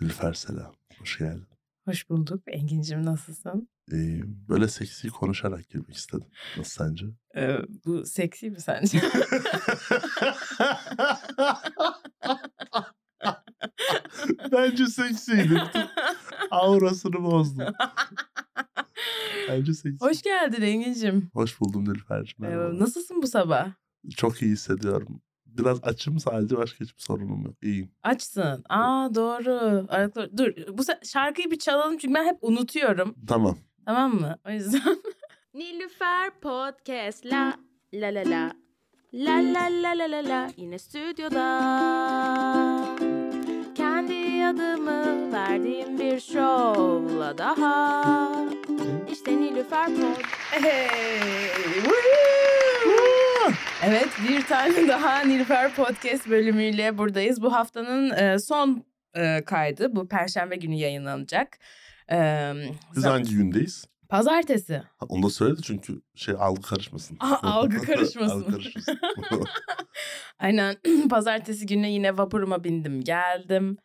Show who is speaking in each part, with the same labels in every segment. Speaker 1: Nilüfer selam. Hoş geldin.
Speaker 2: Hoş bulduk. Engin'cim nasılsın?
Speaker 1: İyiyim. Böyle seksi konuşarak girmek istedim. Nasıl sence?
Speaker 2: Ee, bu seksi mi sence?
Speaker 1: Bence seksiydi. Bütün Aurasını bozdum. Bence seksi. Hoş,
Speaker 2: Hoş geldin Engin'cim.
Speaker 1: buldum Nilüfer'cim.
Speaker 2: Ee,
Speaker 1: merhaba.
Speaker 2: nasılsın bu sabah?
Speaker 1: Çok iyi hissediyorum. Biraz açım sadece başka hiçbir sorunum yok. İyiyim.
Speaker 2: Açsın. Aa doğru. Aralıklar- Dur bu se- şarkıyı bir çalalım çünkü ben hep unutuyorum.
Speaker 1: Tamam.
Speaker 2: Tamam mı? O yüzden.
Speaker 3: Nilüfer Podcast la la la la la la la la la la yine stüdyoda kendi adımı verdiğim bir şovla daha işte Nilüfer Pod
Speaker 2: evet bir tane daha Nilüfer Podcast bölümüyle buradayız. Bu haftanın e, son e, kaydı. Bu perşembe günü yayınlanacak. Ee,
Speaker 1: Biz hangi gündeyiz?
Speaker 2: Pazartesi.
Speaker 1: Ha, Onu da söyledi çünkü şey algı karışmasın.
Speaker 2: Aa, algı karışmasın.
Speaker 1: algı karışmasın.
Speaker 2: Aynen pazartesi günü yine vapuruma bindim geldim.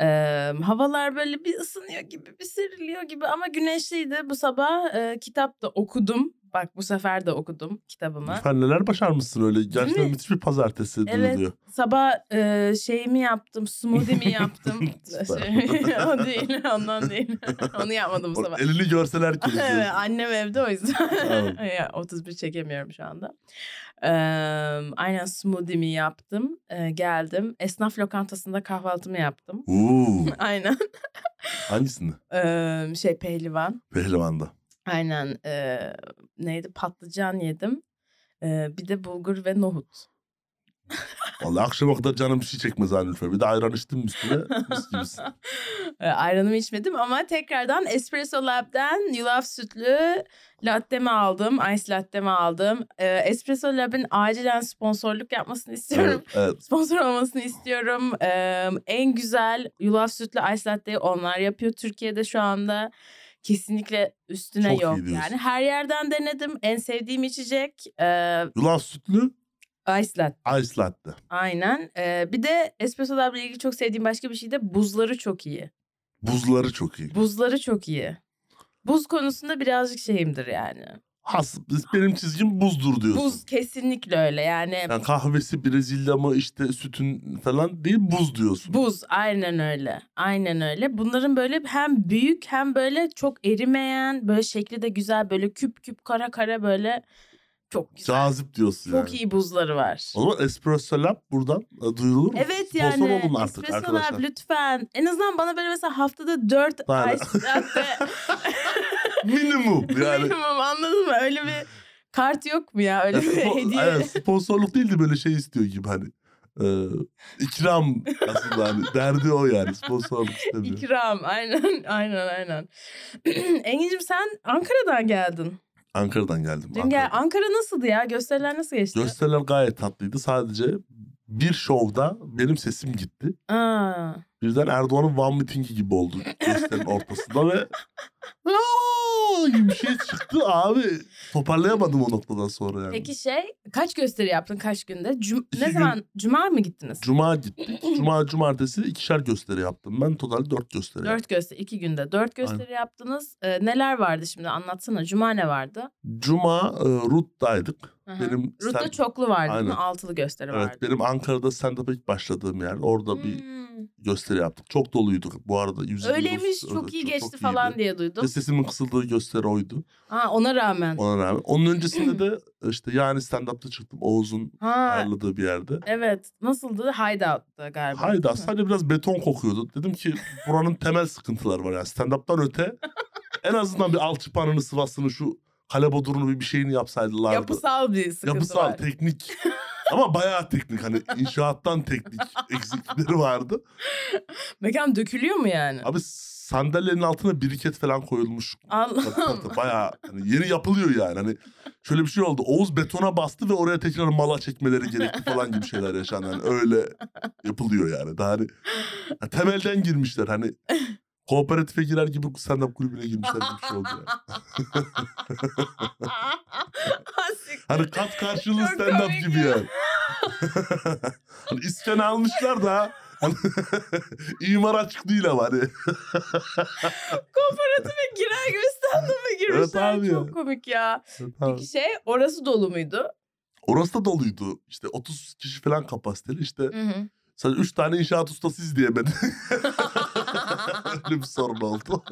Speaker 2: Ee, havalar böyle bir ısınıyor gibi bir seriliyor gibi ama güneşliydi bu sabah. Ee, kitap da okudum. Bak bu sefer de okudum kitabımı.
Speaker 1: Nilüfer neler başarmışsın öyle. Gerçekten
Speaker 2: mi?
Speaker 1: müthiş bir pazartesi
Speaker 2: Evet.
Speaker 1: duyuluyor.
Speaker 2: Sabah e, şeyimi yaptım, smoothie'mi yaptım.
Speaker 1: Süper.
Speaker 2: Şey, o değil, ondan değil. Onu yapmadım bu
Speaker 1: Bak,
Speaker 2: sabah.
Speaker 1: Elini görseler ki.
Speaker 2: evet, annem evde o yüzden.
Speaker 1: Tamam.
Speaker 2: Ya, 31 çekemiyorum şu anda. Ee, aynen smoothie'mi yaptım. Ee, geldim. Esnaf lokantasında kahvaltımı yaptım.
Speaker 1: Uuu,
Speaker 2: Aynen.
Speaker 1: hangisini?
Speaker 2: Ee, şey pehlivan.
Speaker 1: Pehlivan'da.
Speaker 2: Aynen. ee, neydi? Patlıcan yedim. Ee, bir de bulgur ve nohut.
Speaker 1: Vallahi akşama kadar canım bir şey çekmez ha Nilüfer. Bir de ayran içtim mi üstüne. Mis gibisin.
Speaker 2: Ee, Ayranımı içmedim ama tekrardan Espresso Lab'den yulaf sütlü lattemi aldım. Ice lattemi aldım. Ee, Espresso Lab'in acilen sponsorluk yapmasını istiyorum.
Speaker 1: Evet, evet.
Speaker 2: Sponsor olmasını istiyorum. Ee, en güzel yulaf sütlü ice latte'yi onlar yapıyor Türkiye'de şu anda. Kesinlikle üstüne
Speaker 1: Çok iyi
Speaker 2: yok
Speaker 1: diyorsun.
Speaker 2: yani. Her yerden denedim. En sevdiğim içecek ee,
Speaker 1: Yulaf sütlü
Speaker 2: ice latte.
Speaker 1: ice latte.
Speaker 2: Aynen. Ee, bir de espresso ile ilgili çok sevdiğim başka bir şey de buzları çok iyi.
Speaker 1: Buzları çok iyi.
Speaker 2: Buzları çok iyi. Buz konusunda birazcık şeyimdir yani.
Speaker 1: Has, benim çizgim buzdur diyorsun.
Speaker 2: Buz kesinlikle öyle yani.
Speaker 1: Yani kahvesi Brezilya mı işte sütün falan değil buz diyorsun.
Speaker 2: Buz aynen öyle. Aynen öyle. Bunların böyle hem büyük hem böyle çok erimeyen böyle şekli de güzel böyle küp küp kara kara böyle çok güzel.
Speaker 1: Cazip diyorsun yani.
Speaker 2: Çok iyi buzları var.
Speaker 1: O zaman Espresso Lab buradan e, duyulur mu?
Speaker 2: Evet
Speaker 1: Sponsor
Speaker 2: yani.
Speaker 1: olun artık
Speaker 2: espresso
Speaker 1: arkadaşlar.
Speaker 2: lab lütfen. En azından bana böyle mesela haftada 4
Speaker 1: Tane.
Speaker 2: ice latte
Speaker 1: Minimum yani.
Speaker 2: minimum anladın mı? Öyle bir kart yok mu ya? Öyle bir
Speaker 1: Spo-
Speaker 2: Hani hediye.
Speaker 1: Aynen, sponsorluk değil de böyle şey istiyor gibi hani. E, ikram aslında hani derdi o yani sponsorluk istemiyor.
Speaker 2: İkram aynen aynen aynen. Engin'cim sen Ankara'dan geldin.
Speaker 1: Ankara'dan geldim.
Speaker 2: Dün gel
Speaker 1: Ankara'dan.
Speaker 2: Ankara nasıldı ya? Gösteriler nasıl geçti?
Speaker 1: Gösteriler gayet tatlıydı. Sadece bir şovda benim sesim gitti.
Speaker 2: Aa.
Speaker 1: Birden Erdoğan'ın Van mitingi gibi oldu gösterinin ortasında ve "Aa!" gibi bir şey çıktı abi. Toparlayamadım o noktadan sonra yani.
Speaker 2: Peki şey kaç gösteri yaptın kaç günde? Cum-
Speaker 1: İki
Speaker 2: ne
Speaker 1: gün.
Speaker 2: zaman? Cuma mı gittiniz?
Speaker 1: Cuma gittik. Cuma cumartesi ikişer gösteri yaptım. Ben total dört gösteri yaptım.
Speaker 2: Dört gösteri iki günde. Dört gösteri yaptınız. Ee, neler vardı şimdi anlatsana. Cuma ne vardı?
Speaker 1: Cuma e, RUT'daydık.
Speaker 2: Hı hı.
Speaker 1: Benim
Speaker 2: Rut'ta
Speaker 1: stand-
Speaker 2: çoklu vardı. değil mi?
Speaker 1: Aynen.
Speaker 2: Altılı gösteri vardı.
Speaker 1: Evet benim Ankara'da stand-up'a ilk başladığım yer. Orada bir
Speaker 2: Hmm.
Speaker 1: gösteri yaptık. Çok doluyduk bu arada. Yüz
Speaker 2: Öyleymiş çok iyi geçti falan diye duydum.
Speaker 1: Ve sesimin kısıldığı gösteri oydu.
Speaker 2: Ha, ona rağmen.
Speaker 1: Ona rağmen. Onun öncesinde de işte yani stand-up'ta çıktım. Oğuz'un
Speaker 2: Ha,
Speaker 1: ayarladığı bir yerde.
Speaker 2: evet. Nasıldı? Hideout'ta galiba.
Speaker 1: Hayda
Speaker 2: değil mi?
Speaker 1: sadece biraz beton kokuyordu. Dedim ki buranın temel sıkıntıları var yani stand-up'tan öte. en azından bir alçıpanını sıvasını şu kale bodurunu bir, bir şeyini yapsaydılardı.
Speaker 2: Yapısal bir sıkıntı
Speaker 1: Yapısal,
Speaker 2: var.
Speaker 1: teknik. Ama bayağı teknik hani inşaattan teknik eksiklikleri vardı.
Speaker 2: Mekan dökülüyor mu yani?
Speaker 1: Abi sandalyenin altına biriket falan koyulmuş. Tabii, tabii,
Speaker 2: Allah'ım.
Speaker 1: tabii. bayağı hani yeni yapılıyor yani. Hani şöyle bir şey oldu. Oğuz betona bastı ve oraya tekrar mala çekmeleri gerekti falan gibi şeyler yaşandı. Hani öyle yapılıyor yani. Daha hani ya temelden girmişler hani kooperatife girer gibi stand-up kulübüne girmişler gibi bir şey oldu yani.
Speaker 2: Siktir.
Speaker 1: Hani kat karşılığı
Speaker 2: Çok
Speaker 1: stand-up
Speaker 2: komik
Speaker 1: gibi
Speaker 2: ya.
Speaker 1: yani. hani iskan almışlar da İmar açık değil ama hani.
Speaker 2: Kooperatife girer gibi standıma girmişler.
Speaker 1: abi ya.
Speaker 2: Çok komik ya.
Speaker 1: Ha.
Speaker 2: Peki şey orası dolu muydu?
Speaker 1: Orası da doluydu. İşte 30 kişi falan kapasiteli. İşte
Speaker 2: Hı hı.
Speaker 1: sadece 3 tane inşaat ustası izleyemedi. Öyle bir sorun oldu.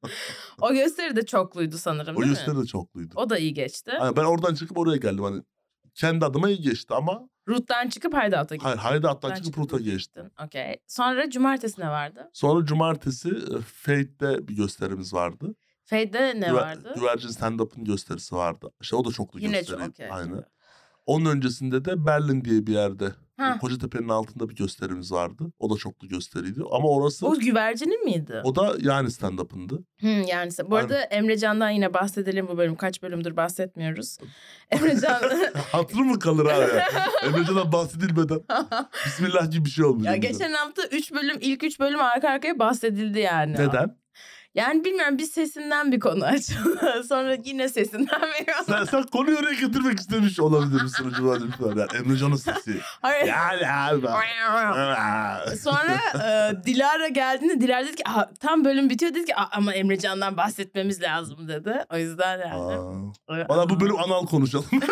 Speaker 2: o gösteri de çokluydu sanırım
Speaker 1: o
Speaker 2: değil mi?
Speaker 1: gösteri de çokluydu.
Speaker 2: O da iyi geçti.
Speaker 1: Hani ben oradan çıkıp oraya geldim. Hani kendi adıma iyi geçti ama
Speaker 2: Rut'tan çıkıp Haydat'a gittin.
Speaker 1: hayır Haydat'tan
Speaker 2: Ben
Speaker 1: çıkıp
Speaker 2: çıktım.
Speaker 1: Rut'a geçtim.
Speaker 2: Okey. Sonra cumartesi ne vardı?
Speaker 1: Sonra cumartesi e, Fade'de bir gösterimiz vardı.
Speaker 2: Fade'de ne
Speaker 1: Güver-
Speaker 2: vardı?
Speaker 1: Güvercin stand-up'ın gösterisi vardı. İşte o da çoklu
Speaker 2: Yine çok
Speaker 1: gösteriydi.
Speaker 2: okey.
Speaker 1: Aynen. Onun öncesinde de Berlin diye bir yerde e,
Speaker 2: Ha.
Speaker 1: Kocatepe'nin altında bir gösterimiz vardı. O da çoklu gösteriydi. Ama orası
Speaker 2: O güvercinin miydi?
Speaker 1: o da yani stand-up'ındı.
Speaker 2: Hı, yani sen- bu
Speaker 1: Aynen.
Speaker 2: arada Emrecan'dan yine bahsedelim bu bölüm. Kaç bölümdür bahsetmiyoruz. Emrecan
Speaker 1: Hatırı mı kalır abi? Emrecan'dan bahsedilmeden Bismillah gibi bir şey olmuyor.
Speaker 2: ya
Speaker 1: Emrecan.
Speaker 2: geçen hafta 3 bölüm ilk 3 bölüm arka arkaya bahsedildi yani.
Speaker 1: Neden?
Speaker 2: Yani bilmiyorum bir sesinden bir konu açıldı. Sonra yine sesinden veriyorsun.
Speaker 1: Sen, sen konuyu oraya getirmek istemiş olabilir mi sunucu var lütfen? Yani Emrecan'ın sesi.
Speaker 2: Hayır.
Speaker 1: Yani abi.
Speaker 2: Sonra e, Dilara geldiğinde Dilara dedi ki "Aha, tam bölüm bitiyor dedi ki "Aa, ama Emrecan'dan bahsetmemiz lazım dedi. O yüzden yani.
Speaker 1: Aa. Valla bu bölüm anal konuşalım.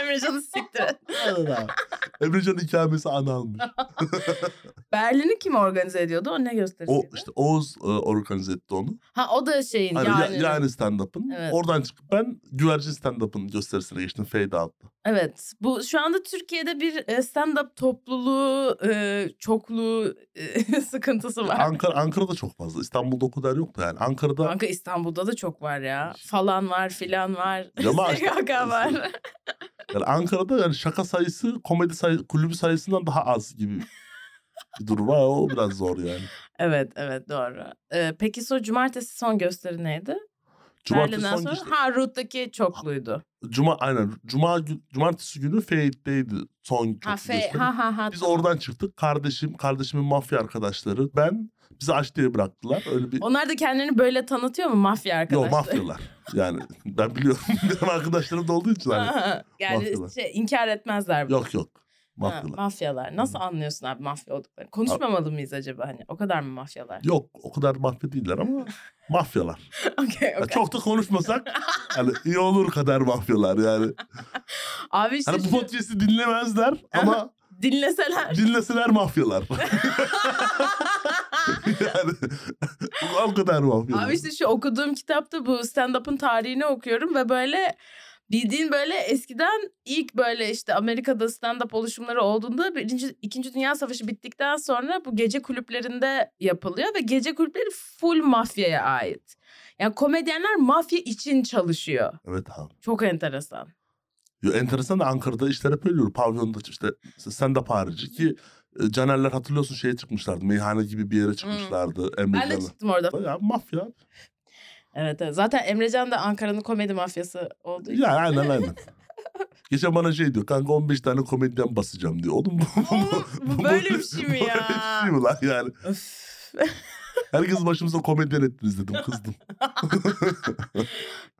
Speaker 2: Emrecan'ı siktir et.
Speaker 1: Emrecan ikamesi analmış.
Speaker 2: Berlin'i kim organize ediyordu? O ne
Speaker 1: O
Speaker 2: gösterisiydi?
Speaker 1: işte Oğuz e, organize etti onu.
Speaker 2: Ha o da şeyin
Speaker 1: Hani ya-
Speaker 2: yani.
Speaker 1: yani, stand-up'ın.
Speaker 2: Evet.
Speaker 1: Oradan çıkıp ben güvercin stand-up'ın gösterisine geçtim. Fade out'ta.
Speaker 2: Evet. Bu şu anda Türkiye'de bir e, stand-up topluluğu e, çokluğu e, sıkıntısı var.
Speaker 1: Ankara, Ankara'da çok fazla. İstanbul'da o kadar yok da yani. Ankara'da
Speaker 2: Kanka İstanbul'da da çok var ya. Falan var filan var.
Speaker 1: Cama açtı.
Speaker 2: SKK var.
Speaker 1: yani Ankara'da yani şaka sayısı komedi sayı, kulübü sayısından daha az gibi bir durum var. O biraz zor yani.
Speaker 2: evet evet doğru. E, peki so cumartesi son gösteri neydi?
Speaker 1: Cumartesi
Speaker 2: Berlin'den
Speaker 1: son
Speaker 2: sonra
Speaker 1: işte-
Speaker 2: ha Root'taki çokluydu.
Speaker 1: Cuma aynen. Cuma gü- cumartesi günü Fade'deydi son çok
Speaker 2: Ha, fe, ha ha ha.
Speaker 1: Biz
Speaker 2: tamam.
Speaker 1: oradan çıktık. Kardeşim, kardeşimin mafya arkadaşları, ben bizi aç diye bıraktılar. Öyle bir
Speaker 2: Onlar da kendilerini böyle tanıtıyor mu mafya
Speaker 1: Yo
Speaker 2: arkadaşlar?
Speaker 1: mafyalar. Yani ben biliyorum. Benim arkadaşlarım da olduğu için hani.
Speaker 2: Ha, yani
Speaker 1: mafyalar.
Speaker 2: şey, inkar etmezler. bunu.
Speaker 1: Yok yok.
Speaker 2: Ha,
Speaker 1: Mafyalar.
Speaker 2: mafyalar. Nasıl anlıyorsun abi mafya olduklarını? Konuşmamalı mıyız acaba hani? O kadar mı mafyalar?
Speaker 1: Yok o kadar mafya değiller ama mafyalar.
Speaker 2: Okey
Speaker 1: Ya
Speaker 2: okey.
Speaker 1: çok da konuşmasak hani iyi olur kadar mafyalar yani.
Speaker 2: Abi işte
Speaker 1: Hani bu
Speaker 2: şu-
Speaker 1: podcast'i dinlemezler ama
Speaker 2: dinleseler.
Speaker 1: dinleseler mafyalar. yani o kadar mafyalar.
Speaker 2: Abi işte şu okuduğum kitapta bu stand-up'ın tarihini okuyorum ve böyle bildiğin böyle eskiden ilk böyle işte Amerika'da stand-up oluşumları olduğunda birinci, İkinci Dünya Savaşı bittikten sonra bu gece kulüplerinde yapılıyor ve gece kulüpleri full mafyaya ait. Yani komedyenler mafya için çalışıyor.
Speaker 1: Evet abi.
Speaker 2: Çok enteresan.
Speaker 1: Yo, enteresan da Ankara'da işler hep öyle olur. Pavyonda işte stand-up harici ki e, Canerler hatırlıyorsun şeye çıkmışlardı. Meyhane gibi bir yere çıkmışlardı. Emre
Speaker 2: Ben de
Speaker 1: Can'ı.
Speaker 2: çıktım orada.
Speaker 1: Ya mafya.
Speaker 2: Evet, evet. Zaten Emrecan da Ankara'nın komedi mafyası olduğu için.
Speaker 1: Ya aynen aynen. Geçen bana şey diyor kanka 15 tane komedyen basacağım diyor. Oğlum bu,
Speaker 2: Oğlum, bu böyle bir şey mi
Speaker 1: böyle
Speaker 2: ya?
Speaker 1: bir şey mi lan yani?
Speaker 2: Öf.
Speaker 1: Herkes başımıza komedyen ettiniz dedim kızdım.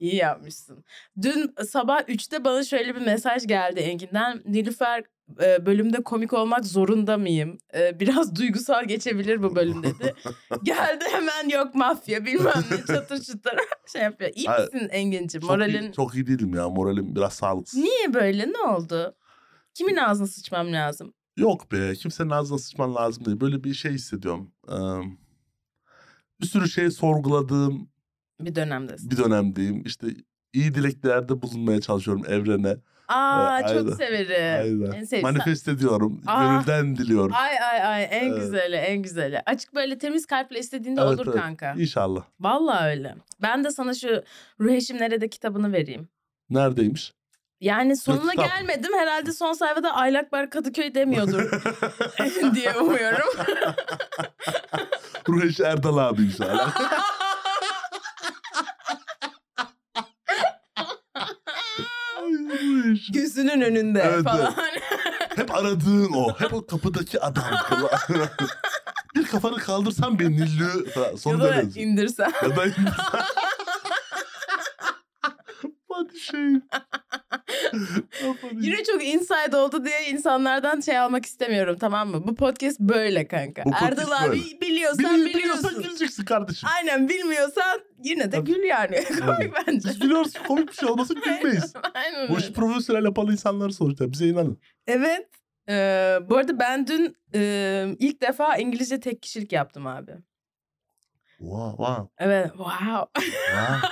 Speaker 2: İyi yapmışsın. Dün sabah 3'te bana şöyle bir mesaj geldi Engin'den. Nilüfer e, bölümde komik olmak zorunda mıyım? E, Biraz duygusal geçebilir bu bölüm dedi. Geldi hemen yok mafya bilmem ne çatır çatır şey yapıyor. İyi
Speaker 1: Hayır.
Speaker 2: misin Engin'ciğim?
Speaker 1: Çok,
Speaker 2: Moralin
Speaker 1: iyi, çok iyi değilim ya moralim biraz sağlıksız.
Speaker 2: niye böyle ne oldu? Kimin ağzına sıçmam lazım?
Speaker 1: Yok be kimsenin ağzına sıçman lazım değil. Böyle bir şey hissediyorum. Eee, bir sürü şey sorguladığım
Speaker 2: Bir dönemdesin.
Speaker 1: bir dönemdeyim. İşte iyi dileklerde bulunmaya çalışıyorum evrene.
Speaker 2: Aa
Speaker 1: Ee,
Speaker 2: çok
Speaker 1: aynen.
Speaker 2: severim. En
Speaker 1: Aynen.
Speaker 2: sevdiğim.
Speaker 1: Manifest ediyorum.
Speaker 2: Aa.
Speaker 1: Gönülden diliyorum.
Speaker 2: Ay ay ay en
Speaker 1: Evet.
Speaker 2: güzeli en güzeli. Açık böyle temiz kalple istediğinde
Speaker 1: Evet,
Speaker 2: olur
Speaker 1: evet.
Speaker 2: kanka.
Speaker 1: İnşallah.
Speaker 2: Vallahi öyle. Ben de sana şu Ruh Eşim Nerede kitabını vereyim.
Speaker 1: Neredeymiş?
Speaker 2: Yani sonuna
Speaker 1: kitap.
Speaker 2: gelmedim. Herhalde son sayfada Aylakbar Kadıköy demiyordur diye umuyorum.
Speaker 1: Ruheş Erdal abi inşallah. Ay, Ruheş.
Speaker 2: Gözünün önünde
Speaker 1: Evet,
Speaker 2: falan.
Speaker 1: Hep aradığın o. Hep o kapıdaki adam. falan. Bir kafanı kaldırsan beni Nillü. falan.
Speaker 2: ya
Speaker 1: Sonunda
Speaker 2: da
Speaker 1: benziyor.
Speaker 2: indirsen.
Speaker 1: Ya da Hadi şey.
Speaker 2: Yine çok inside oldu diye insanlardan şey almak istemiyorum tamam mı? Bu podcast böyle kanka.
Speaker 1: Bu podcast
Speaker 2: Erdal abi
Speaker 1: böyle.
Speaker 2: biliyorsan
Speaker 1: Bili-
Speaker 2: biliyorsun.
Speaker 1: biliyorsan güleceksin kardeşim.
Speaker 2: Aynen bilmiyorsan yine de
Speaker 1: Tabii.
Speaker 2: gül yani.
Speaker 1: Tabii.
Speaker 2: Komik bence.
Speaker 1: Biz biliyoruz ki komik bir şey olmasa gülmeyiz.
Speaker 2: Aynen
Speaker 1: Bu işi
Speaker 2: öyle.
Speaker 1: profesyonel yapan insanlar sonuçta. Bize inanın.
Speaker 2: Evet. Ee, bu arada ben dün e, ilk defa İngilizce tek kişilik yaptım abi.
Speaker 1: Wow, wow,
Speaker 2: Evet. Wow.
Speaker 1: wow.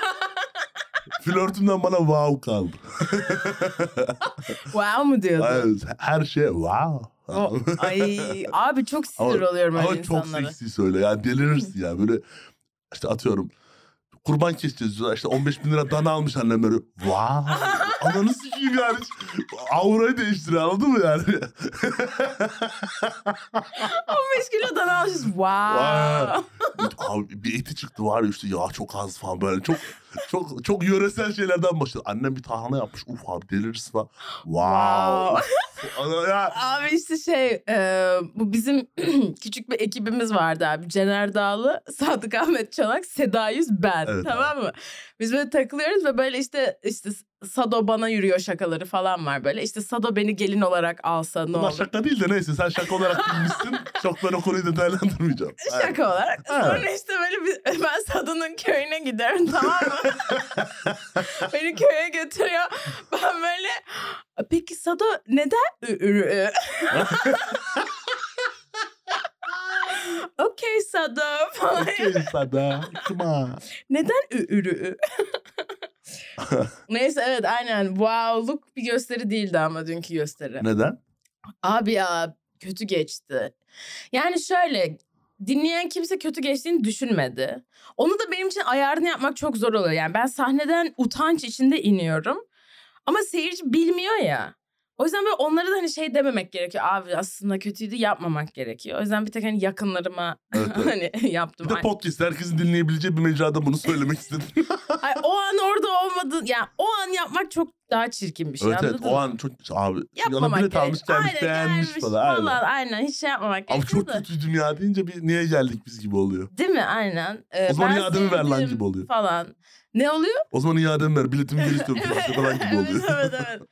Speaker 1: Flörtümden bana wow kaldı.
Speaker 2: wow mu diyordun?
Speaker 1: Evet, Her şey wow.
Speaker 2: O- ay abi çok sinir
Speaker 1: Ama-
Speaker 2: oluyorum öyle
Speaker 1: Ama çok
Speaker 2: insanlara.
Speaker 1: seksi söyle ya delirirsin ya böyle işte atıyorum kurban keseceğiz diyorlar. işte 15 bin lira dana almış annem böyle vay ananı sikeyim yani aurayı değiştir anladın mı yani
Speaker 2: 15 kilo dana almışız.
Speaker 1: Vay.
Speaker 2: Wow.
Speaker 1: Abi bir eti çıktı var ya işte ya çok az falan böyle çok çok çok yöresel şeylerden başladı annem bir tarhana yapmış uf abi delirirsin falan wow, Ana ya
Speaker 2: Abi işte şey e, bu bizim küçük bir ekibimiz vardı abi. Cener Dağlı, Sadık Ahmet Çanak, Seda Yüz ben.
Speaker 1: Evet
Speaker 2: tamam mı? Biz böyle takılıyoruz ve böyle işte işte Sado bana yürüyor şakaları falan var böyle. İşte Sado beni gelin olarak alsa ne
Speaker 1: Bunlar
Speaker 2: olur?
Speaker 1: şaka değil de neyse sen şaka olarak bilmişsin. Çok ben o konuyu detaylandırmayacağım.
Speaker 2: Şaka olarak.
Speaker 1: Evet.
Speaker 2: Sonra işte böyle biz, ben Sado'nun köyüne giderim tamam mı? Beni köye götürüyor. Ben böyle peki Sado neden ü- ürü? ü?" Okey Sado falan.
Speaker 1: Okey sada. Kıma.
Speaker 2: Neden ü- ürü? ü?" Neyse evet aynen wow'luk bir gösteri değildi ama dünkü gösteri.
Speaker 1: Neden?
Speaker 2: Abi ya kötü geçti. Yani şöyle dinleyen kimse kötü geçtiğini düşünmedi. Onu da benim için ayarını yapmak çok zor oluyor. Yani ben sahneden utanç içinde iniyorum. Ama seyirci bilmiyor ya. O yüzden böyle onlara da hani şey dememek gerekiyor. Abi aslında kötüydü yapmamak gerekiyor. O yüzden bir tek hani yakınlarıma
Speaker 1: Evet, evet.
Speaker 2: hani yaptım.
Speaker 1: Bir de
Speaker 2: Ay-
Speaker 1: podcast herkesin dinleyebileceği bir mecrada bunu söylemek istedim.
Speaker 2: Ay, o an orada olmadı. Yani o an yapmak çok daha çirkin bir şey.
Speaker 1: evet evet
Speaker 2: anladın
Speaker 1: o
Speaker 2: mı?
Speaker 1: an çok abi. çünkü adam
Speaker 2: yapmamak
Speaker 1: bilet almış gelmiş
Speaker 2: Aynen,
Speaker 1: beğenmiş
Speaker 2: gelmiş
Speaker 1: falan. Aynen.
Speaker 2: aynen. hiç şey yapmamak
Speaker 1: Abi
Speaker 2: gerekiyor
Speaker 1: çok
Speaker 2: da.
Speaker 1: kötüydüm ya deyince bir niye geldik biz gibi oluyor.
Speaker 2: Değil mi? Aynen. Ee,
Speaker 1: O zaman
Speaker 2: ben
Speaker 1: iademi ver lan
Speaker 2: sevdim
Speaker 1: gibi oluyor.
Speaker 2: Falan. Ne oluyor?
Speaker 1: O zaman iademi ver biletimi geri istiyorum
Speaker 2: Evet,
Speaker 1: falan gibi
Speaker 2: evet,
Speaker 1: oluyor.
Speaker 2: evet, evet.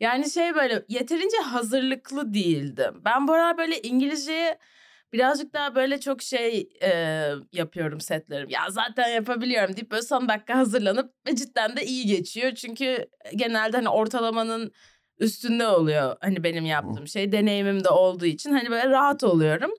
Speaker 2: Yani şey böyle yeterince hazırlıklı değildim. Ben bu aralar böyle İngilizceye birazcık daha böyle çok şey e, yapıyorum setlerim. Ya zaten yapabiliyorum deyip böyle son dakika hazırlanıp ve cidden de iyi geçiyor. Çünkü genelde hani ortalamanın üstünde oluyor hani benim yaptığım şey deneyimim de olduğu için hani böyle rahat oluyorum.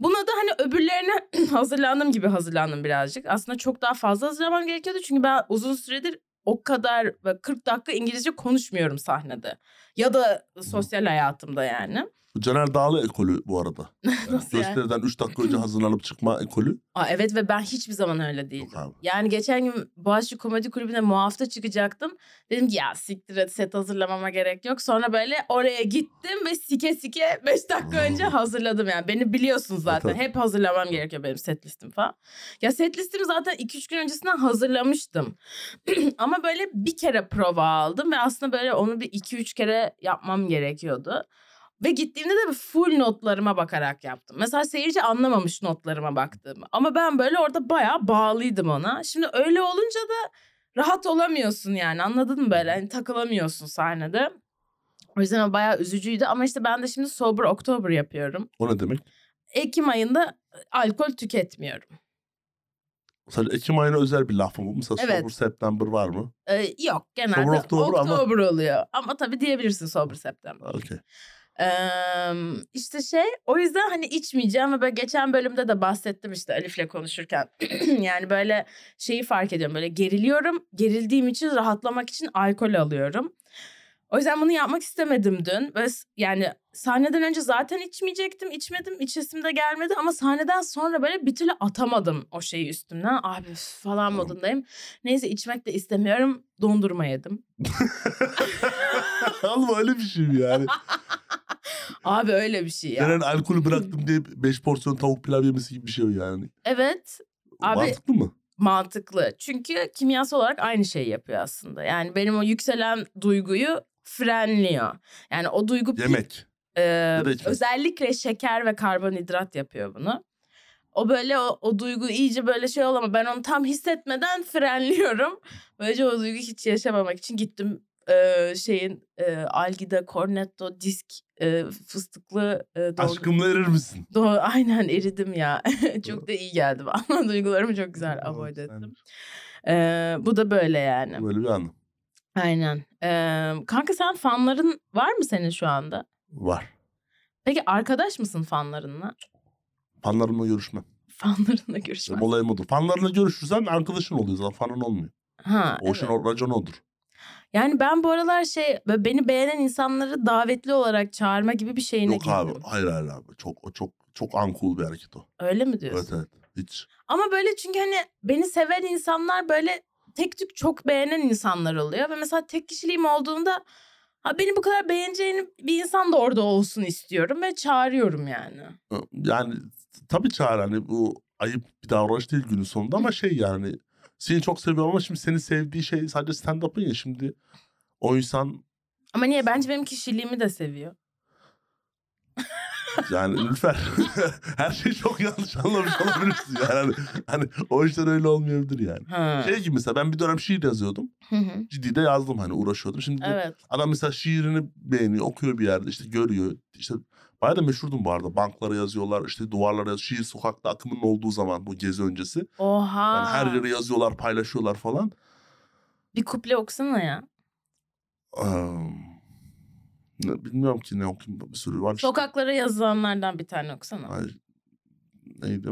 Speaker 2: Buna da hani öbürlerine hazırlandım gibi hazırlandım birazcık. Aslında çok daha fazla hazırlamam gerekiyordu çünkü ben uzun süredir o kadar böyle 40 dakika İngilizce konuşmuyorum sahnede. Ya da sosyal hayatımda yani.
Speaker 1: Bu Caner Dağlı ekolü bu arada. Yani
Speaker 2: Nasıl yani?
Speaker 1: gösteriden 3 dakika önce hazırlanıp çıkma ekolü.
Speaker 2: Aa, evet ve ben hiçbir zaman öyle değilim.
Speaker 1: Yok abi.
Speaker 2: Yani geçen gün Boğaziçi Komedi Kulübü'ne muafta çıkacaktım. Dedim ki ya siktir et set hazırlamama gerek yok. Sonra böyle oraya gittim ve sike sike 5 dakika
Speaker 1: Hmm.
Speaker 2: önce hazırladım yani. Beni biliyorsun zaten.
Speaker 1: Evet,
Speaker 2: Hep hazırlamam gerekiyor benim set listim falan. Ya set listimi zaten 2-3 gün öncesinden hazırlamıştım. Ama böyle bir kere prova aldım ve aslında böyle onu bir 2-3 kere yapmam gerekiyordu. Ve gittiğimde de bir full notlarıma bakarak yaptım. Mesela seyirci anlamamış notlarıma baktığımı. Ama ben böyle orada bayağı bağlıydım ona. Şimdi öyle olunca da rahat olamıyorsun yani anladın mı böyle? Hani takılamıyorsun sahnede. O yüzden o bayağı üzücüydü ama işte ben de şimdi sober oktober yapıyorum.
Speaker 1: O ne demek?
Speaker 2: Ekim ayında alkol tüketmiyorum.
Speaker 1: Sadece Ekim ayına özel bir laf mı? Mesela
Speaker 2: Evet.
Speaker 1: Sober September var mı?
Speaker 2: Ee, yok genelde
Speaker 1: Sober
Speaker 2: oktober,
Speaker 1: Oktober ama-
Speaker 2: oluyor. Ama tabii diyebilirsin sober september.
Speaker 1: Okey.
Speaker 2: Eee, işte şey o yüzden hani içmeyeceğim ve böyle geçen bölümde de bahsettim işte Elif'le konuşurken yani böyle şeyi fark ediyorum böyle geriliyorum gerildiğim için rahatlamak için alkol alıyorum. O yüzden bunu yapmak istemedim dün. Böyle s- yani sahneden önce zaten içmeyecektim. içmedim. içesim de gelmedi ama sahneden sonra böyle bir türlü atamadım o şeyi üstümden. Abi üf falan
Speaker 1: Tamam.
Speaker 2: modundayım. Neyse içmek de istemiyorum. Dondurma yedim.
Speaker 1: Alma öyle bir şey mi yani?
Speaker 2: Abi öyle bir şey ya.
Speaker 1: Denen alkolü bıraktım diye 5 porsiyon tavuk pilav yemesi gibi bir şey o yani.
Speaker 2: Evet. Abi-
Speaker 1: Mantıklı mı?
Speaker 2: mantıklı. Çünkü kimyasal olarak aynı şeyi yapıyor aslında. Yani benim o yükselen duyguyu frenliyor. Yani o duygu
Speaker 1: Yemek.
Speaker 2: Ee,
Speaker 1: da içmek.
Speaker 2: özellikle şeker ve karbonhidrat yapıyor bunu. O böyle o, o duygu iyice böyle şey olama ben onu tam hissetmeden frenliyorum. Böylece o duygu hiç yaşamamak için gittim e, şeyin e, Algida Cornetto disk e, fıstıklı e, dolgu-
Speaker 1: Aşkımla erir misin?
Speaker 2: Doğru, aynen eridim ya. çok da iyi geldi bana. Duygularımı çok güzel avoid
Speaker 1: Sen-
Speaker 2: ettim. Ee, bu da böyle yani.
Speaker 1: Böyle bir anım
Speaker 2: Aynen. Ee, kanka sen fanların var mı senin şu anda?
Speaker 1: var.
Speaker 2: Peki arkadaş mısın fanlarınla?
Speaker 1: Fanlarımla görüşmem.
Speaker 2: Fanlarınla görüşmez.
Speaker 1: Benim olayım odur. Fanlarla görüşürsen arkadaşın oluyor zaten. Fanın olmuyor.
Speaker 2: Ha,
Speaker 1: O işin
Speaker 2: evet.
Speaker 1: o- raconu odur.
Speaker 2: Yani ben bu aralar şey böyle beni beğenen insanları davetli olarak çağırma gibi bir şeyine
Speaker 1: Yok
Speaker 2: girdim.
Speaker 1: abi. Hayır hayır abi. Çok o çok çok uncool bir hareket o.
Speaker 2: Öyle mi diyorsun?
Speaker 1: Evet evet. Hiç.
Speaker 2: Ama böyle çünkü hani beni seven insanlar böyle tek tük çok beğenen insanlar oluyor. Ve mesela tek kişiliğim olduğunda ha beni bu kadar beğeneceğini bir insan da orada olsun istiyorum ve çağırıyorum yani.
Speaker 1: Yani tabii çağır hani bu ayıp bir davranış değil günün sonunda ama şey yani seni çok seviyorum ama şimdi senin sevdiği şey sadece stand-up'ın ya şimdi o insan
Speaker 2: Ama niye? Bence benim kişiliğimi de seviyor.
Speaker 1: yani Nülfer her şeyi çok yanlış anlamış olabilirsin yani hani, hani o işler öyle olmayabilir yani.
Speaker 2: Ha.
Speaker 1: Şey gibi mesela ben bir dönem şiir yazıyordum.
Speaker 2: Hı hı.
Speaker 1: Ciddi de yazdım hani uğraşıyordum. Şimdi
Speaker 2: evet.
Speaker 1: Adam mesela şiirini beğeniyor, okuyor bir yerde işte görüyor. İşte bayağı da meşhurdum bu arada. Banklara yazıyorlar, işte duvarlara yazıyor. Şiir sokakta akımının olduğu zaman bu gezi öncesi.
Speaker 2: Oha.
Speaker 1: Yani her yere yazıyorlar, paylaşıyorlar falan.
Speaker 2: Bir kuple okusana ya.
Speaker 1: Eee, ne- bilmiyorum ki ne okuyayım bir sürü var. işte.
Speaker 2: Sokaklara yazılanlardan bir tane okusana.
Speaker 1: Ay, neydi?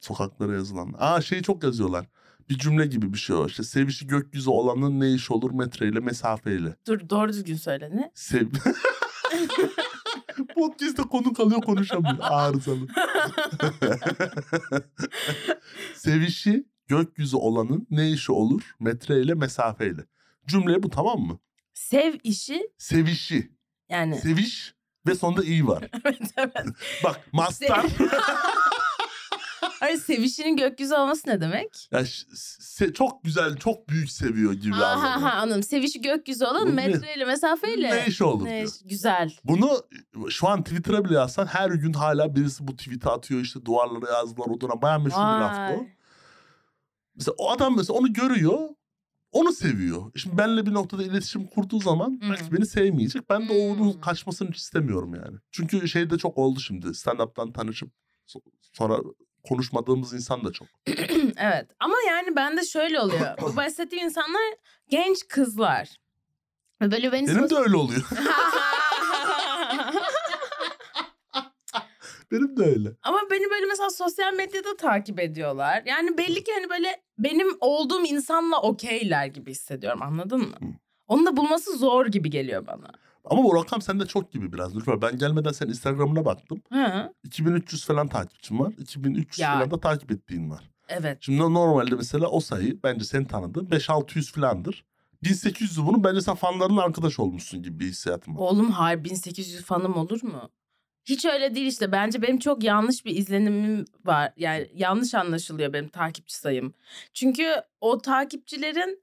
Speaker 1: Sokaklara yazılan. Aa şeyi çok yazıyorlar. Bir cümle gibi bir şey var. İşte sevişi gökyüzü olanın ne iş olur metreyle, mesafeyle.
Speaker 2: Dur doğru düzgün söyle ne?
Speaker 1: Sev... Podcast'te konuk alıyor konuşamıyor. Arızalı. Sevişi gökyüzü olanın ne işi olur? Metreyle mesafeyle. Cümle bu tamam mı?
Speaker 2: Sev işi
Speaker 1: Sevişi.
Speaker 2: yani.
Speaker 1: Seviş ve sonunda iyi var.
Speaker 2: evet evet.
Speaker 1: Bak mastar.
Speaker 2: Hayır sevişinin gökyüzü olması ne demek?
Speaker 1: Ya ş- se- çok güzel, çok büyük seviyor gibi
Speaker 2: Aha ha
Speaker 1: anlamı.
Speaker 2: anladım. Sevişi gökyüzü
Speaker 1: Bu
Speaker 2: olan
Speaker 1: ne?
Speaker 2: metreyle mesafeyle.
Speaker 1: Ne işi olur
Speaker 2: Ne
Speaker 1: diyor.
Speaker 2: iş- Güzel.
Speaker 1: Bunu şu an Twitter'a bile yazsan her gün hala birisi bu tweet'i atıyor işte duvarlara yazdılar o dönem. Bayağı meşhur bir laftı o.
Speaker 2: Vay.
Speaker 1: Mesela o adam mesela onu görüyor. Onu seviyor. Şimdi benle bir noktada iletişim kurduğu zaman
Speaker 2: Hı.
Speaker 1: belki beni sevmeyecek. Ben de onun
Speaker 2: Hmm.
Speaker 1: kaçmasını hiç istemiyorum yani. Çünkü şey de çok oldu şimdi. Stand-up'tan tanışıp so- sonra konuşmadığımız insan da çok.
Speaker 2: evet ama yani bende şöyle oluyor. Bu bahsettiğim insanlar genç kızlar. Ve Böyle beni
Speaker 1: Benim de
Speaker 2: sos-
Speaker 1: öyle oluyor. Benim de öyle.
Speaker 2: Ama beni böyle mesela sosyal medyada takip ediyorlar. Yani belli ki hani böyle benim olduğum insanla okeyler gibi hissediyorum anladın mı?
Speaker 1: Hı.
Speaker 2: Onu da bulması zor gibi geliyor bana.
Speaker 1: Ama bu rakam sende çok gibi biraz. Lütfen ben gelmeden sen Instagram'ına baktım.
Speaker 2: Hı.
Speaker 1: 2300 falan takipçim var. 2300
Speaker 2: Ya.
Speaker 1: falan da takip ettiğin var.
Speaker 2: Evet.
Speaker 1: Şimdi normalde mesela o sayı bence seni tanıdığın 5-600 falandır. 1800'ü bunun bence sen fanların arkadaş olmuşsun gibi bir hissiyatım var.
Speaker 2: Oğlum hayır 1800 fanım olur mu? Hiç öyle değil işte. Bence benim çok yanlış bir izlenimim var. Yani yanlış anlaşılıyor benim takipçi sayım. Çünkü o takipçilerin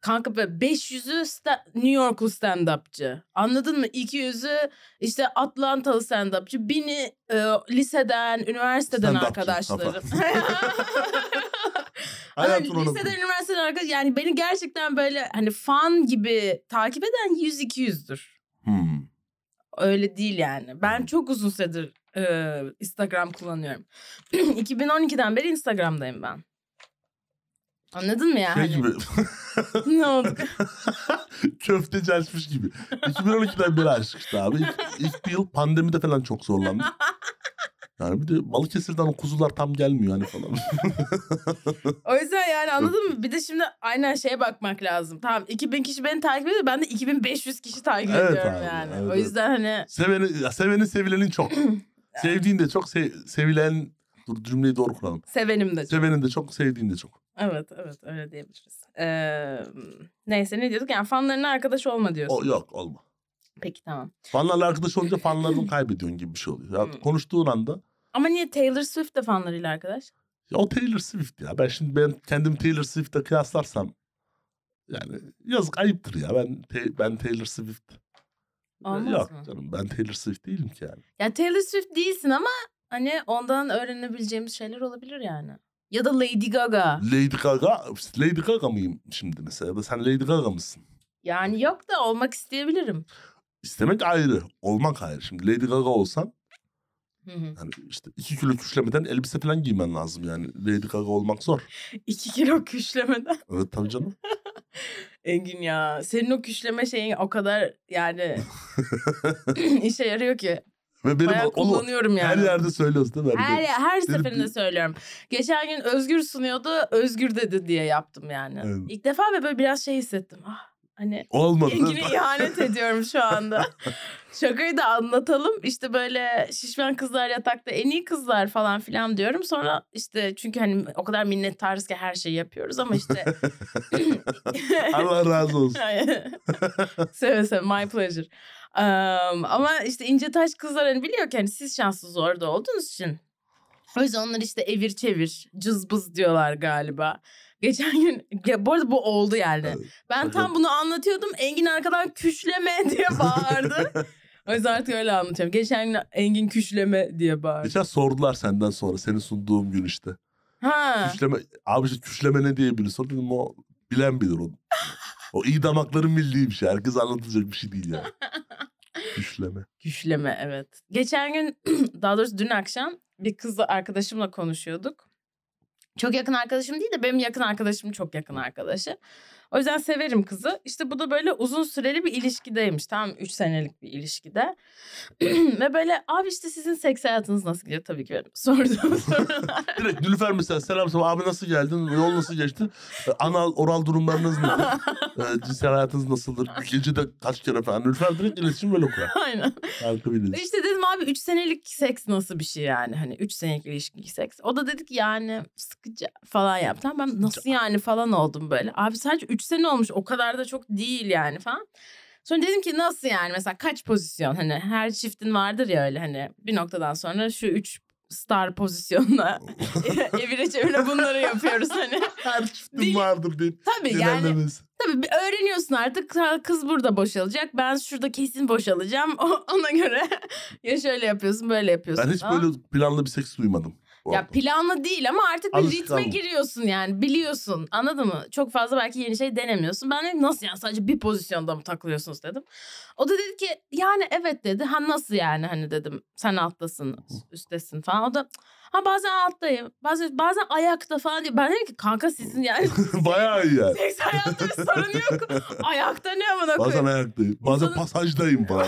Speaker 2: kanka böyle 500'ü sta- New Yorklu stand-upçı. Anladın mı? 200'ü işte Atlantalı stand-upçı. 1000'i e, liseden, üniversiteden
Speaker 1: Stand-upçı,
Speaker 2: arkadaşlarım.
Speaker 1: Hayatın
Speaker 2: Ama
Speaker 1: onu
Speaker 2: liseden, üniversiteden arkadaş yani beni gerçekten böyle hani fan gibi takip eden 100-200'dür
Speaker 1: Hmm.
Speaker 2: öyle değil yani. Ben çok uzun süredir e, Instagram kullanıyorum. 2012'den beri Instagram'dayım ben. Anladın mı ya?
Speaker 1: Şey
Speaker 2: hani?
Speaker 1: gibi
Speaker 2: ne oldu?
Speaker 1: köfteci açmış gibi. 2012'den beri açmıştı abi. İlk, ilk bir yıl pandemide falan çok zorlandık. Yani bir de Balıkesir'den o kuzular tam gelmiyor hani falan.
Speaker 2: O yüzden yani anladın mı? Bir de şimdi aynen şeye bakmak lazım. Tamam 2000 kişi beni takip ediyor. Ben de 2500 kişi takip
Speaker 1: Evet
Speaker 2: ediyorum
Speaker 1: abi,
Speaker 2: yani.
Speaker 1: evet,
Speaker 2: O
Speaker 1: evet.
Speaker 2: yüzden hani
Speaker 1: Seveni, ya seveni sevilenin çok. Sevdiğin de çok, se- sevilen... Dur cümleyi doğru kuralım.
Speaker 2: sevenim de. çok.
Speaker 1: Sevenin de çok, sevdiğin de çok.
Speaker 2: Evet evet öyle diyebiliriz. Ee, neyse ne diyorduk? Yani fanlarına arkadaş olma diyorsun.
Speaker 1: O, yok olma.
Speaker 2: Peki tamam.
Speaker 1: Fanlarla arkadaş olunca fanlarını kaybediyorsun gibi bir şey oluyor. Ya
Speaker 2: Hmm.
Speaker 1: konuştuğun anda
Speaker 2: Ama niye Taylor Swift de fanlarıyla arkadaş?
Speaker 1: ya o Taylor Swift ya. Ben şimdi ben kendim Taylor Swift'e kıyaslarsam yani yazık ayıptır ya. Ben Te- ben Taylor Swift.
Speaker 2: Olmaz
Speaker 1: yok
Speaker 2: mı?
Speaker 1: canım ben Taylor Swift değilim ki yani.
Speaker 2: Ya Taylor Swift değilsin ama hani ondan öğrenebileceğimiz şeyler olabilir yani. Ya da Lady Gaga.
Speaker 1: Lady Gaga, Lady Gaga mıyım şimdi mesela? Ya da sen Lady Gaga mısın?
Speaker 2: Yani yok da olmak isteyebilirim.
Speaker 1: İstemek ayrı. Olmak ayrı. Şimdi Lady Gaga olsan
Speaker 2: Hı hı.
Speaker 1: hani işte iki kilo küşlemeden elbise falan giymen lazım yani. Lady Gaga olmak zor.
Speaker 2: İki kilo küşlemeden.
Speaker 1: Evet tabii canım.
Speaker 2: Engin ya senin o küşleme şeyin o kadar yani işe yarıyor ki.
Speaker 1: Ve benim
Speaker 2: Bayağı
Speaker 1: o- onu
Speaker 2: kullanıyorum yani.
Speaker 1: her yerde söylüyorsun değil mi? Hani
Speaker 2: Her,
Speaker 1: böyle-
Speaker 2: her
Speaker 1: Senin
Speaker 2: seferinde
Speaker 1: bir-
Speaker 2: söylüyorum. Geçen gün Özgür sunuyordu. Özgür dedi diye yaptım yani.
Speaker 1: Evet.
Speaker 2: İlk defa ve böyle biraz şey hissettim. Ah, hani
Speaker 1: Olmadı. değil mi?
Speaker 2: Engin'e ihanet ediyorum şu anda. Şakayı da anlatalım. İşte böyle şişman kızlar yatakta en iyi kızlar falan filan diyorum. Sonra işte çünkü hani o kadar minnettarız ki her şeyi yapıyoruz ama işte.
Speaker 1: Allah razı olsun.
Speaker 2: seve seve my pleasure. Um, ama işte ince taş kızlar hani biliyor ki hani siz şanssız orada olduğunuz için. O yüzden onlar işte evir çevir, cızbız diyorlar galiba. Geçen gün, ya bu arada bu oldu yani.
Speaker 1: Evet.
Speaker 2: Ben tam bunu anlatıyordum. Engin arkadan küşleme diye bağırdı. o yüzden artık öyle anlatıyorum. Geçen gün Engin küşleme diye bağırdı.
Speaker 1: Geçen sordular senden sonra seni sunduğum gün işte.
Speaker 2: Ha.
Speaker 1: Küşleme, abi işte küşleme ne diye biri sordu. Dedim o bilen bilir onu. o iyi damakların bildiği bir şey. Herkes anlatılacak bir şey değil yani. küşleme.
Speaker 2: Küşleme evet. Geçen gün daha doğrusu dün akşam bir kızla arkadaşımla konuşuyorduk. Çok yakın arkadaşım değil de benim yakın arkadaşım çok yakın arkadaşı. O yüzden severim kızı. İşte bu da böyle uzun süreli bir ilişkideymiş. Tam 3 senelik bir ilişkide. Ve böyle abi işte sizin seks hayatınız nasıl gidiyor? Tabii ki benim sorduğum sorular.
Speaker 1: Direkt Nilüfer mesela selam selam abi nasıl geldin? Yol nasıl geçti? Ee, Anal, oral durumlarınız nedir? Ee, cinsel hayatınız nasıldır? Gecede kaç kere falan. Nilüfer direkt iletişim böyle kurar.
Speaker 2: Aynen.
Speaker 1: Harika bir iletişim.
Speaker 2: İşte dedim abi 3 senelik seks nasıl bir şey yani? Hani 3 senelik ilişki seks. O da dedi ki yani sıkıcı falan yaptı. Tamam, Ben nasıl yani falan oldum böyle. Abi sadece 3 sene olmuş o kadar da çok değil yani falan. Sonra dedim ki nasıl yani mesela kaç pozisyon hani her çiftin vardır ya öyle hani bir noktadan sonra şu 3 star pozisyonla evire çevire bunları yapıyoruz hani.
Speaker 1: Her çiftin
Speaker 2: Değil-
Speaker 1: vardır deyip
Speaker 2: Tabii yani
Speaker 1: genellemesi.
Speaker 2: Tabii bir öğreniyorsun artık Ha, kız burada boşalacak ben şurada kesin boşalacağım O- ona göre ya şöyle yapıyorsun böyle yapıyorsun.
Speaker 1: Ben hiç
Speaker 2: falan.
Speaker 1: böyle planlı bir seks duymadım. bu
Speaker 2: Ya
Speaker 1: arada.
Speaker 2: planlı değil ama artık bir
Speaker 1: Alışkanlık.
Speaker 2: ritme giriyorsun yani biliyorsun anladın mı? Çok fazla belki yeni şey denemiyorsun. Ben dedim nasıl yani sadece bir pozisyonda mı takılıyorsunuz dedim. O da dedi ki yani evet dedi ha nasıl yani hani dedim sen alttasın üsttesin falan. O da ha bazen alttayım bazen, bazen ayakta falan diyor. Ben dedim ki kanka sizin yani
Speaker 1: Bayağı iyi yani.
Speaker 2: seks hayatta bir sorun yok. Ayakta ne amına
Speaker 1: Bazen
Speaker 2: koyayım.
Speaker 1: ayaktayım. Bazen
Speaker 2: İnsanın-
Speaker 1: pasajdayım falan.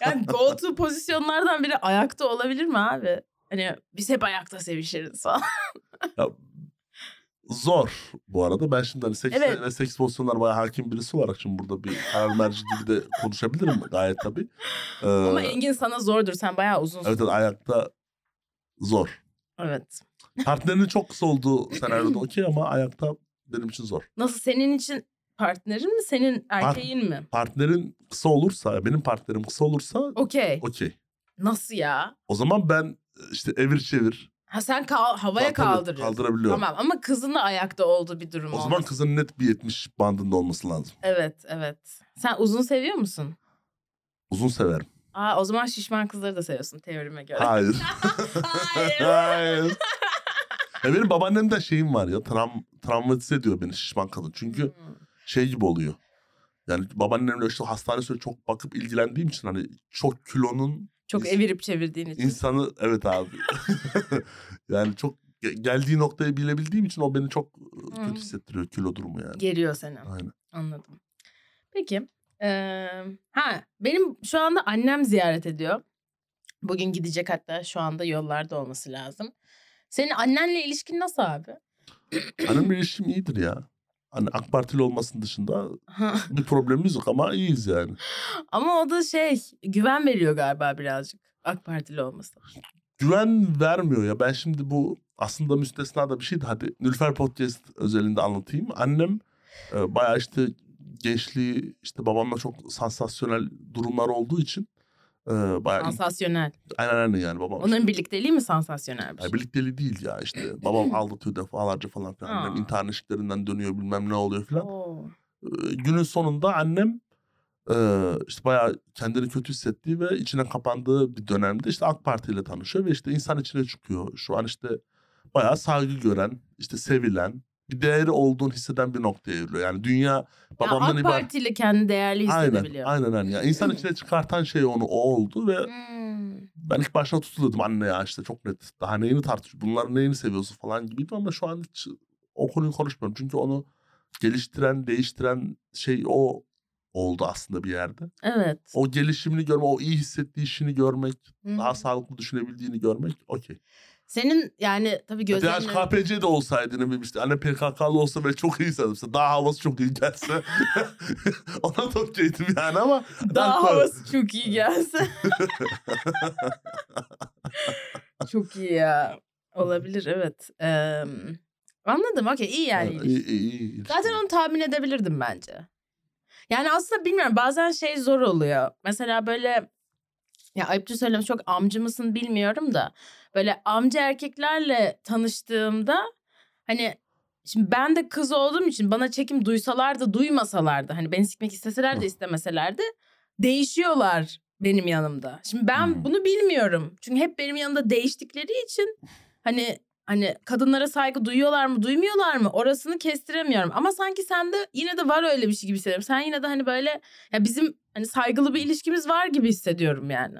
Speaker 2: Yani go to pozisyonlardan biri ayakta olabilir mi abi? Hani biz hep ayakta sevişiriz falan.
Speaker 1: Ya, zor bu arada. Ben şimdi hani seks,
Speaker 2: Evet.
Speaker 1: ve seks pozisyonlar bayağı hakim birisi olarak şimdi burada bir karar merci gibi de konuşabilirim gayet tabii. Ee,
Speaker 2: Ama
Speaker 1: evet,
Speaker 2: Engin sana zordur. Sen bayağı uzunsun.
Speaker 1: evet, ayakta zor.
Speaker 2: Evet.
Speaker 1: Partnerinin çok kısa olduğu senaryoda okey ama ayakta benim için zor.
Speaker 2: Nasıl senin için partnerin mi senin erkeğin mi?
Speaker 1: Partnerin kısa olursa, benim partnerim kısa olursa
Speaker 2: Okey.
Speaker 1: okey.
Speaker 2: Nasıl ya?
Speaker 1: O zaman ben e, işte evir çevir.
Speaker 2: Ha sen kal- havaya
Speaker 1: Tabii, tabii,
Speaker 2: kaldırıyorsun.
Speaker 1: Kaldırabiliyorum.
Speaker 2: Tamam ama kızın da ayakta olduğu bir durum
Speaker 1: O zaman
Speaker 2: olmaz.
Speaker 1: kızın net bir 70 bandında olması lazım.
Speaker 2: Evet evet. Sen uzun seviyor musun?
Speaker 1: Uzun severim.
Speaker 2: Aa o zaman şişman kızları da seviyorsun teorime göre.
Speaker 1: Hayır.
Speaker 2: Hayır.
Speaker 1: Hayır. Ya benim babaannemden şeyim var ya. Tram, travmatize ediyor beni şişman kadın. Çünkü
Speaker 2: Hmm.
Speaker 1: şey gibi oluyor. Yani babaannemle işte hastane süreci çok bakıp ilgilendiğim için hani çok kilonun
Speaker 2: Çok
Speaker 1: İns-
Speaker 2: evirip çevirdiğin için.
Speaker 1: insanı evet abi. yani çok ge- geldiği noktayı bilebildiğim için o beni çok e,
Speaker 2: Hı.
Speaker 1: kötü hissettiriyor kilo durumu yani.
Speaker 2: Geriyor seni.
Speaker 1: Aynen.
Speaker 2: Anladım. Peki. eee, ha benim şu anda annem ziyaret ediyor. Bugün gidecek hatta şu anda yollarda olması lazım. Senin annenle ilişkin nasıl abi?
Speaker 1: Annemle ilişkim iyidir ya. Hani AK Partili olmasının dışında bir problemimiz yok ama iyiyiz yani.
Speaker 2: Ama o da şey güven veriyor galiba birazcık. AK Partili olması.
Speaker 1: güven vermiyor ya. Ben şimdi bu aslında müstesna da bir şeydi. Hadi Nülfer Podcast özelinde anlatayım. Annem e, bayağı işte gençliği işte babamla çok sansasyonel durumlar olduğu için e, bayağı
Speaker 2: Sansasyonel.
Speaker 1: aynen aynen yani babam.
Speaker 2: Onların birlikteliği mi sansasyonel
Speaker 1: Yani
Speaker 2: bir şey?
Speaker 1: birlikteliği değil ya işte babam aldatıyor defalarca falan filan. Annem
Speaker 2: Aa.
Speaker 1: intihar neşiklerinden dönüyor bilmem ne oluyor filan.
Speaker 2: Oo.
Speaker 1: E, günün sonunda annem e, işte bayağı kendini kötü hissettiği ve içine kapandığı bir dönemde işte AK Parti ile tanışıyor ve işte insan içine çıkıyor. Şu an işte bayağı saygı gören, işte sevilen, bir değeri olduğunu hisseden bir noktaya evriliyor. Yani dünya
Speaker 2: Ya
Speaker 1: babamdan
Speaker 2: AK
Speaker 1: ibaret.
Speaker 2: Partili kendi değerli
Speaker 1: Aynen,
Speaker 2: hissedebiliyor.
Speaker 1: aynen aynen. Yani insan içine çıkartan şey onu o oldu ve
Speaker 2: Hmm.
Speaker 1: ben ilk başta tutuluyordum anne ya işte çok net. Daha neyini tartış, bunların neyini seviyorsun falan gibiydim ama şu an hiç o konuyu konuşmuyorum. Çünkü onu geliştiren, değiştiren şey o oldu aslında bir yerde.
Speaker 2: Evet.
Speaker 1: O gelişimini görmek, o iyi hissettiği işini görmek,
Speaker 2: Hmm.
Speaker 1: daha sağlıklı düşünebildiğini görmek okey.
Speaker 2: Senin yani tabii gözlemle...
Speaker 1: DHKPC de olsaydı ne bileyim işte anne PKK'lı olsa ve çok iyi hissederse daha havası çok iyi gelse ona da okeydim yani ama
Speaker 2: Daha
Speaker 1: Ben-
Speaker 2: havası çok iyi gelse. çok iyi ya. Olabilir evet. Eee, anladım okey iyi yani.
Speaker 1: Ha, Ee, iyi, iyi, iyi.
Speaker 2: Zaten onu tahmin edebilirdim bence. Yani aslında bilmiyorum bazen şey zor oluyor. Mesela böyle ya ayıpçı söylemesi çok amcı mısın bilmiyorum da böyle amca erkeklerle tanıştığımda hani şimdi ben de kız olduğum için bana çekim duysalardı duymasalardı hani beni sikmek isteseler de
Speaker 1: Hı.
Speaker 2: istemeselerdi değişiyorlar benim yanımda. Şimdi ben
Speaker 1: Hmm.
Speaker 2: bunu bilmiyorum. Çünkü hep benim yanımda değiştikleri için hani hani kadınlara saygı duyuyorlar mı duymuyorlar mı orasını kestiremiyorum. Ama sanki sende yine de var öyle bir şey gibi hissediyorum. Sen yine de hani böyle ya bizim hani saygılı bir ilişkimiz var gibi hissediyorum yani.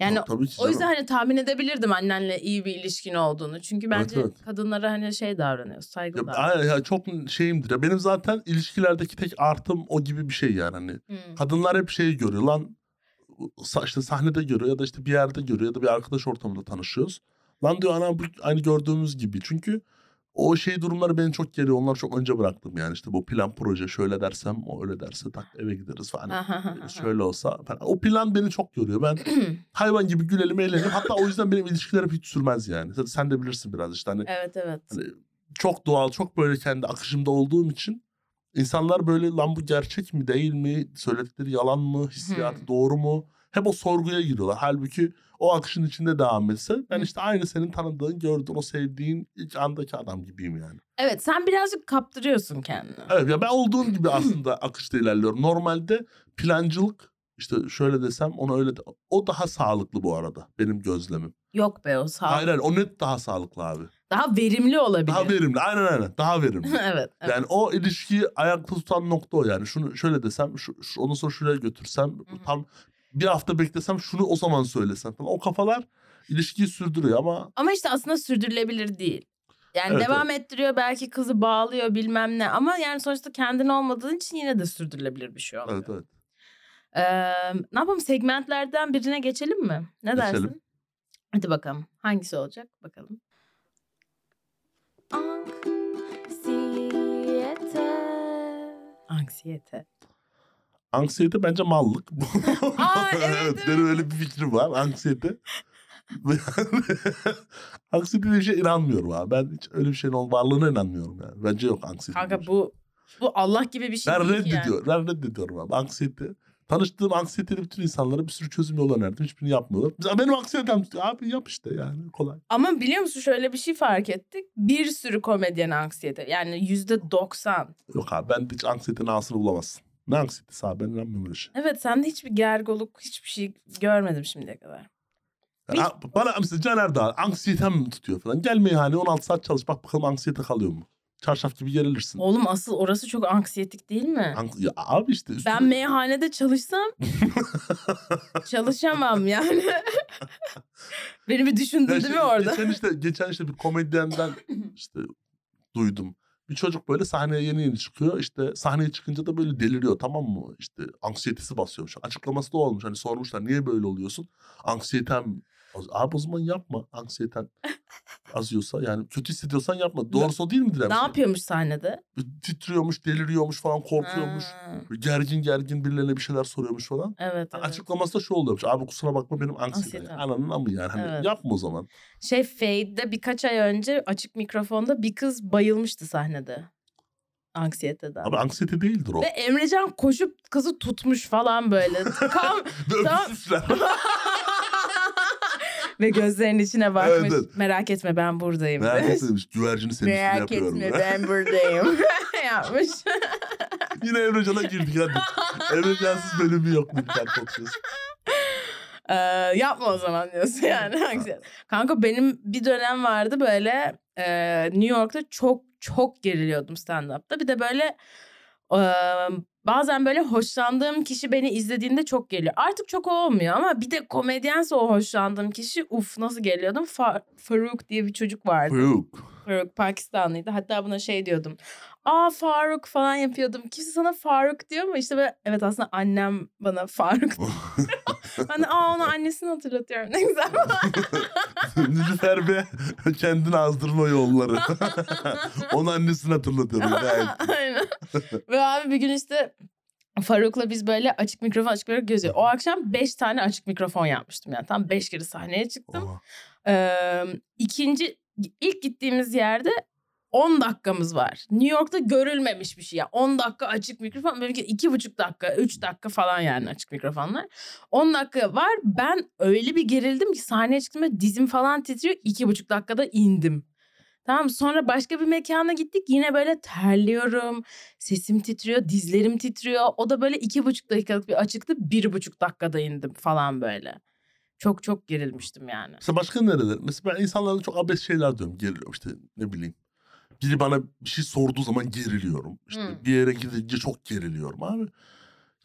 Speaker 2: Yani
Speaker 1: Yok, tabii ki
Speaker 2: o yüzden
Speaker 1: canım.
Speaker 2: hani tahmin edebilirdim annenle iyi bir ilişkin olduğunu. Çünkü bence
Speaker 1: evet.
Speaker 2: kadınlara hani şey davranıyor,
Speaker 1: Ya,
Speaker 2: saygılı davranıyor.
Speaker 1: aynen ya çok şeyimdir ya benim zaten ilişkilerdeki tek artım o gibi bir şey yani hani
Speaker 2: Hmm.
Speaker 1: kadınlar hep şeyi görüyor lan sa- işte sahnede görüyor ya da işte bir yerde görüyor ya da bir arkadaş ortamında tanışıyoruz. Lan diyor ana bu aynı gördüğümüz gibi. Çünkü o şey durumları beni çok geriyor. Onları çok önce bıraktım yani işte bu plan proje şöyle dersem o öyle derse tak eve gideriz falan. Şöyle olsa falan. O plan beni çok yoruyor. Ben hayvan gibi gülelim eğlenelim. Hatta o yüzden benim ilişkilerim hiç sürmez yani. Sen- Sen de bilirsin biraz işte hani
Speaker 2: evet evet.
Speaker 1: çok doğal, çok böyle kendi akışımda olduğum için insanlar böyle lan bu gerçek mi değil mi, söyledikleri yalan mı, hissiyatı
Speaker 2: Hmm.
Speaker 1: doğru mu? Hep o sorguya giriyorlar. Halbuki o akışın içinde devam etse ben
Speaker 2: Hı.
Speaker 1: işte aynı senin tanıdığın, gördüğün, o sevdiğin ilk andaki adam gibiyim yani.
Speaker 2: Evet sen birazcık kaptırıyorsun kendini.
Speaker 1: Evet ya ben olduğum gibi aslında akışta ilerliyorum. Normalde plancılık işte şöyle desem onu öyle de, o daha sağlıklı bu arada benim gözlemim.
Speaker 2: Yok be o sağ.
Speaker 1: Hayır hayır o net daha sağlıklı abi.
Speaker 2: Daha verimli olabilir.
Speaker 1: Daha verimli aynen aynen daha verimli.
Speaker 2: evet. evet.
Speaker 1: Yani o ilişkiyi ayakta tutan nokta o yani. Şunu şöyle desem, şu, şu- ondan sonra şuraya götürsem,
Speaker 2: hı.
Speaker 1: tam bir hafta beklesem şunu o zaman söylesem falan. O kafalar ilişkiyi sürdürüyor ama
Speaker 2: Ama işte aslında sürdürülebilir değil. Yani
Speaker 1: Evet,
Speaker 2: devam ettiriyor belki kızı bağlıyor bilmem ne ama yani sonuçta kendin olmadığın için yine de sürdürülebilir bir şey olmuyor.
Speaker 1: evet evet.
Speaker 2: Ee, ne yapalım segmentlerden birine geçelim mi? Ne
Speaker 1: Geçelim.
Speaker 2: dersin? Hadi bakalım hangisi olacak bakalım.
Speaker 3: Anksiyete.
Speaker 2: Anksiyete.
Speaker 1: Anksiyete bence mallık.
Speaker 2: Aa, evet, evet.
Speaker 1: Benim öyle bir fikrim var anksiyete. anksiyete diye bir şey inanmıyorum abi. Ben hiç öyle bir şeyin ol- varlığına inanmıyorum yani. Bence yok anksiyete. diye bir
Speaker 2: Kanka
Speaker 1: şey.
Speaker 2: bu bu Allah gibi bir şey
Speaker 1: Ben
Speaker 2: değil ki yani.
Speaker 1: reddediyorum. Ben reddediyorum abi. Anksiyete. Tanıştığım anksiyeteli bütün insanlara bir sürü çözüm yolu önerdim. Hiçbirini yapmıyorlar. Biz- Benim anksiyetem abi yap işte yani kolay.
Speaker 2: Ama biliyor musun şöyle bir şey fark ettik. Bir sürü komedyen anksiyete. Yani yüzde doksan.
Speaker 1: Yok abi ben de hiç anksiyetenin ağasını bulamazsın. Ne anksiyetesi abi ben inanmıyorum öyle şey.
Speaker 2: Evet sende hiçbir gergoluk hiçbir şey görmedim şimdiye kadar.
Speaker 1: Yani
Speaker 2: Biz-
Speaker 1: ha- bana mesela Caner daha anksiyetem mi tutuyor falan. Gel meyhaneye 16 saat çalış bak bakalım anksiyete kalıyor mu? Çarşaf gibi gerilirsin.
Speaker 2: Oğlum asıl orası çok anksiyetik değil mi?
Speaker 1: Anks- ya abi işte üstüne...
Speaker 2: Ben meyhanede çalışsam çalışamam yani. Beni bir düşündün
Speaker 1: Ya
Speaker 2: değil mi
Speaker 1: şey,
Speaker 2: orada?
Speaker 1: Geçen işte, geçen işte bir komedyenden işte duydum. Bir çocuk böyle sahneye yeni yeni çıkıyor. İşte sahneye çıkınca da böyle deliriyor tamam mı? İşte anksiyetesi basıyormuş. Açıklaması da olmuş. Hani sormuşlar niye böyle oluyorsun? Anksiyetem. Abi o zaman yapma. Anksiyeten azıyorsa yani kötü hissediyorsan yapma. Doğrusu o değil midir?
Speaker 2: Ne
Speaker 1: hemşire?
Speaker 2: yapıyormuş sahnede?
Speaker 1: Titriyormuş, deliriyormuş falan korkuyormuş.
Speaker 2: Ha,
Speaker 1: Gergin gergin birilerine bir şeyler soruyormuş falan.
Speaker 2: evet, evet.
Speaker 1: Açıklaması da şu oluyormuş. Abi kusura bakma benim anksiyetem.
Speaker 2: Anksiyetem.
Speaker 1: Ananın amı yani. Hani
Speaker 2: Evet.
Speaker 1: Yapma o zaman.
Speaker 2: Şey Fade'de birkaç ay önce açık mikrofonda bir kız bayılmıştı sahnede. Anksiyeteden.
Speaker 1: Abi anksiyete değildir o.
Speaker 2: Ve Emrecan koşup kızı tutmuş falan böyle. Kam
Speaker 1: Ve
Speaker 2: Tamam.
Speaker 1: öpüşmüşler.
Speaker 2: Ve gözlerinin içine bakmış.
Speaker 1: Evet, evet.
Speaker 2: Merak etme ben buradayım.
Speaker 1: Merak
Speaker 2: demiş.
Speaker 1: etmemiş. Güvercini senin üstüne
Speaker 2: Merak
Speaker 1: yapıyorum.
Speaker 2: etme
Speaker 1: ben.
Speaker 2: ben buradayım. Yapmış.
Speaker 1: Yine Emrecan'a girdik hadi. Emrecan'sız bölümü yok mu bir podcast?
Speaker 2: Ee, yapma o zaman diyorsun yani. Kanka benim bir dönem vardı böyle e, New York'ta çok çok geriliyordum stand-up'ta. Bir de böyle e, bazen böyle hoşlandığım kişi beni izlediğinde çok geliyor. Artık çok o olmuyor ama bir de komedyense o hoşlandığım kişi uf nasıl geliyordum. Fa- Faruk diye bir çocuk vardı.
Speaker 1: Yok.
Speaker 2: Faruk Pakistanlıydı. Hatta buna şey diyordum. Aa Faruk falan yapıyordum. Kimse sana Faruk diyor mu? İşte böyle evet aslında annem bana Faruk diyor. ben de aa ona annesini hatırlatıyorum. Ne güzel.
Speaker 1: Nilüfer be kendini azdırma yolları. Onu annesini hatırlatıyorum. Gayet.
Speaker 2: Aynen. Ve abi bir gün işte Faruk'la biz böyle açık mikrofon açık mikrofon gözüyor. O akşam 5 tane açık mikrofon yapmıştım yani. Tam 5 kere sahneye çıktım.
Speaker 1: Oha.
Speaker 2: Ee, ikinci ilk gittiğimiz yerde 10 dakikamız var. New York'ta görülmemiş bir şey ya. 10 dakika açık mikrofon. Belki iki buçuk dakika, 3 dakika falan yani açık mikrofonlar. 10 dakika var. Ben öyle bir gerildim ki sahneye çıktım ve dizim falan titriyor. iki buçuk dakikada indim. Tamam sonra başka bir mekana gittik. Yine böyle terliyorum. Sesim titriyor, dizlerim titriyor. O da böyle iki buçuk dakikalık bir açıktı. Bir buçuk dakikada indim falan böyle. Çok çok gerilmiştim yani.
Speaker 1: Mesela başka nereler? Mesela ben insanlara çok abes şeyler diyorum. Geriliyorum işte ne bileyim. Biri bana bir şey sorduğu zaman geriliyorum. İşte
Speaker 2: Hmm.
Speaker 1: bir yere gidince çok geriliyorum abi.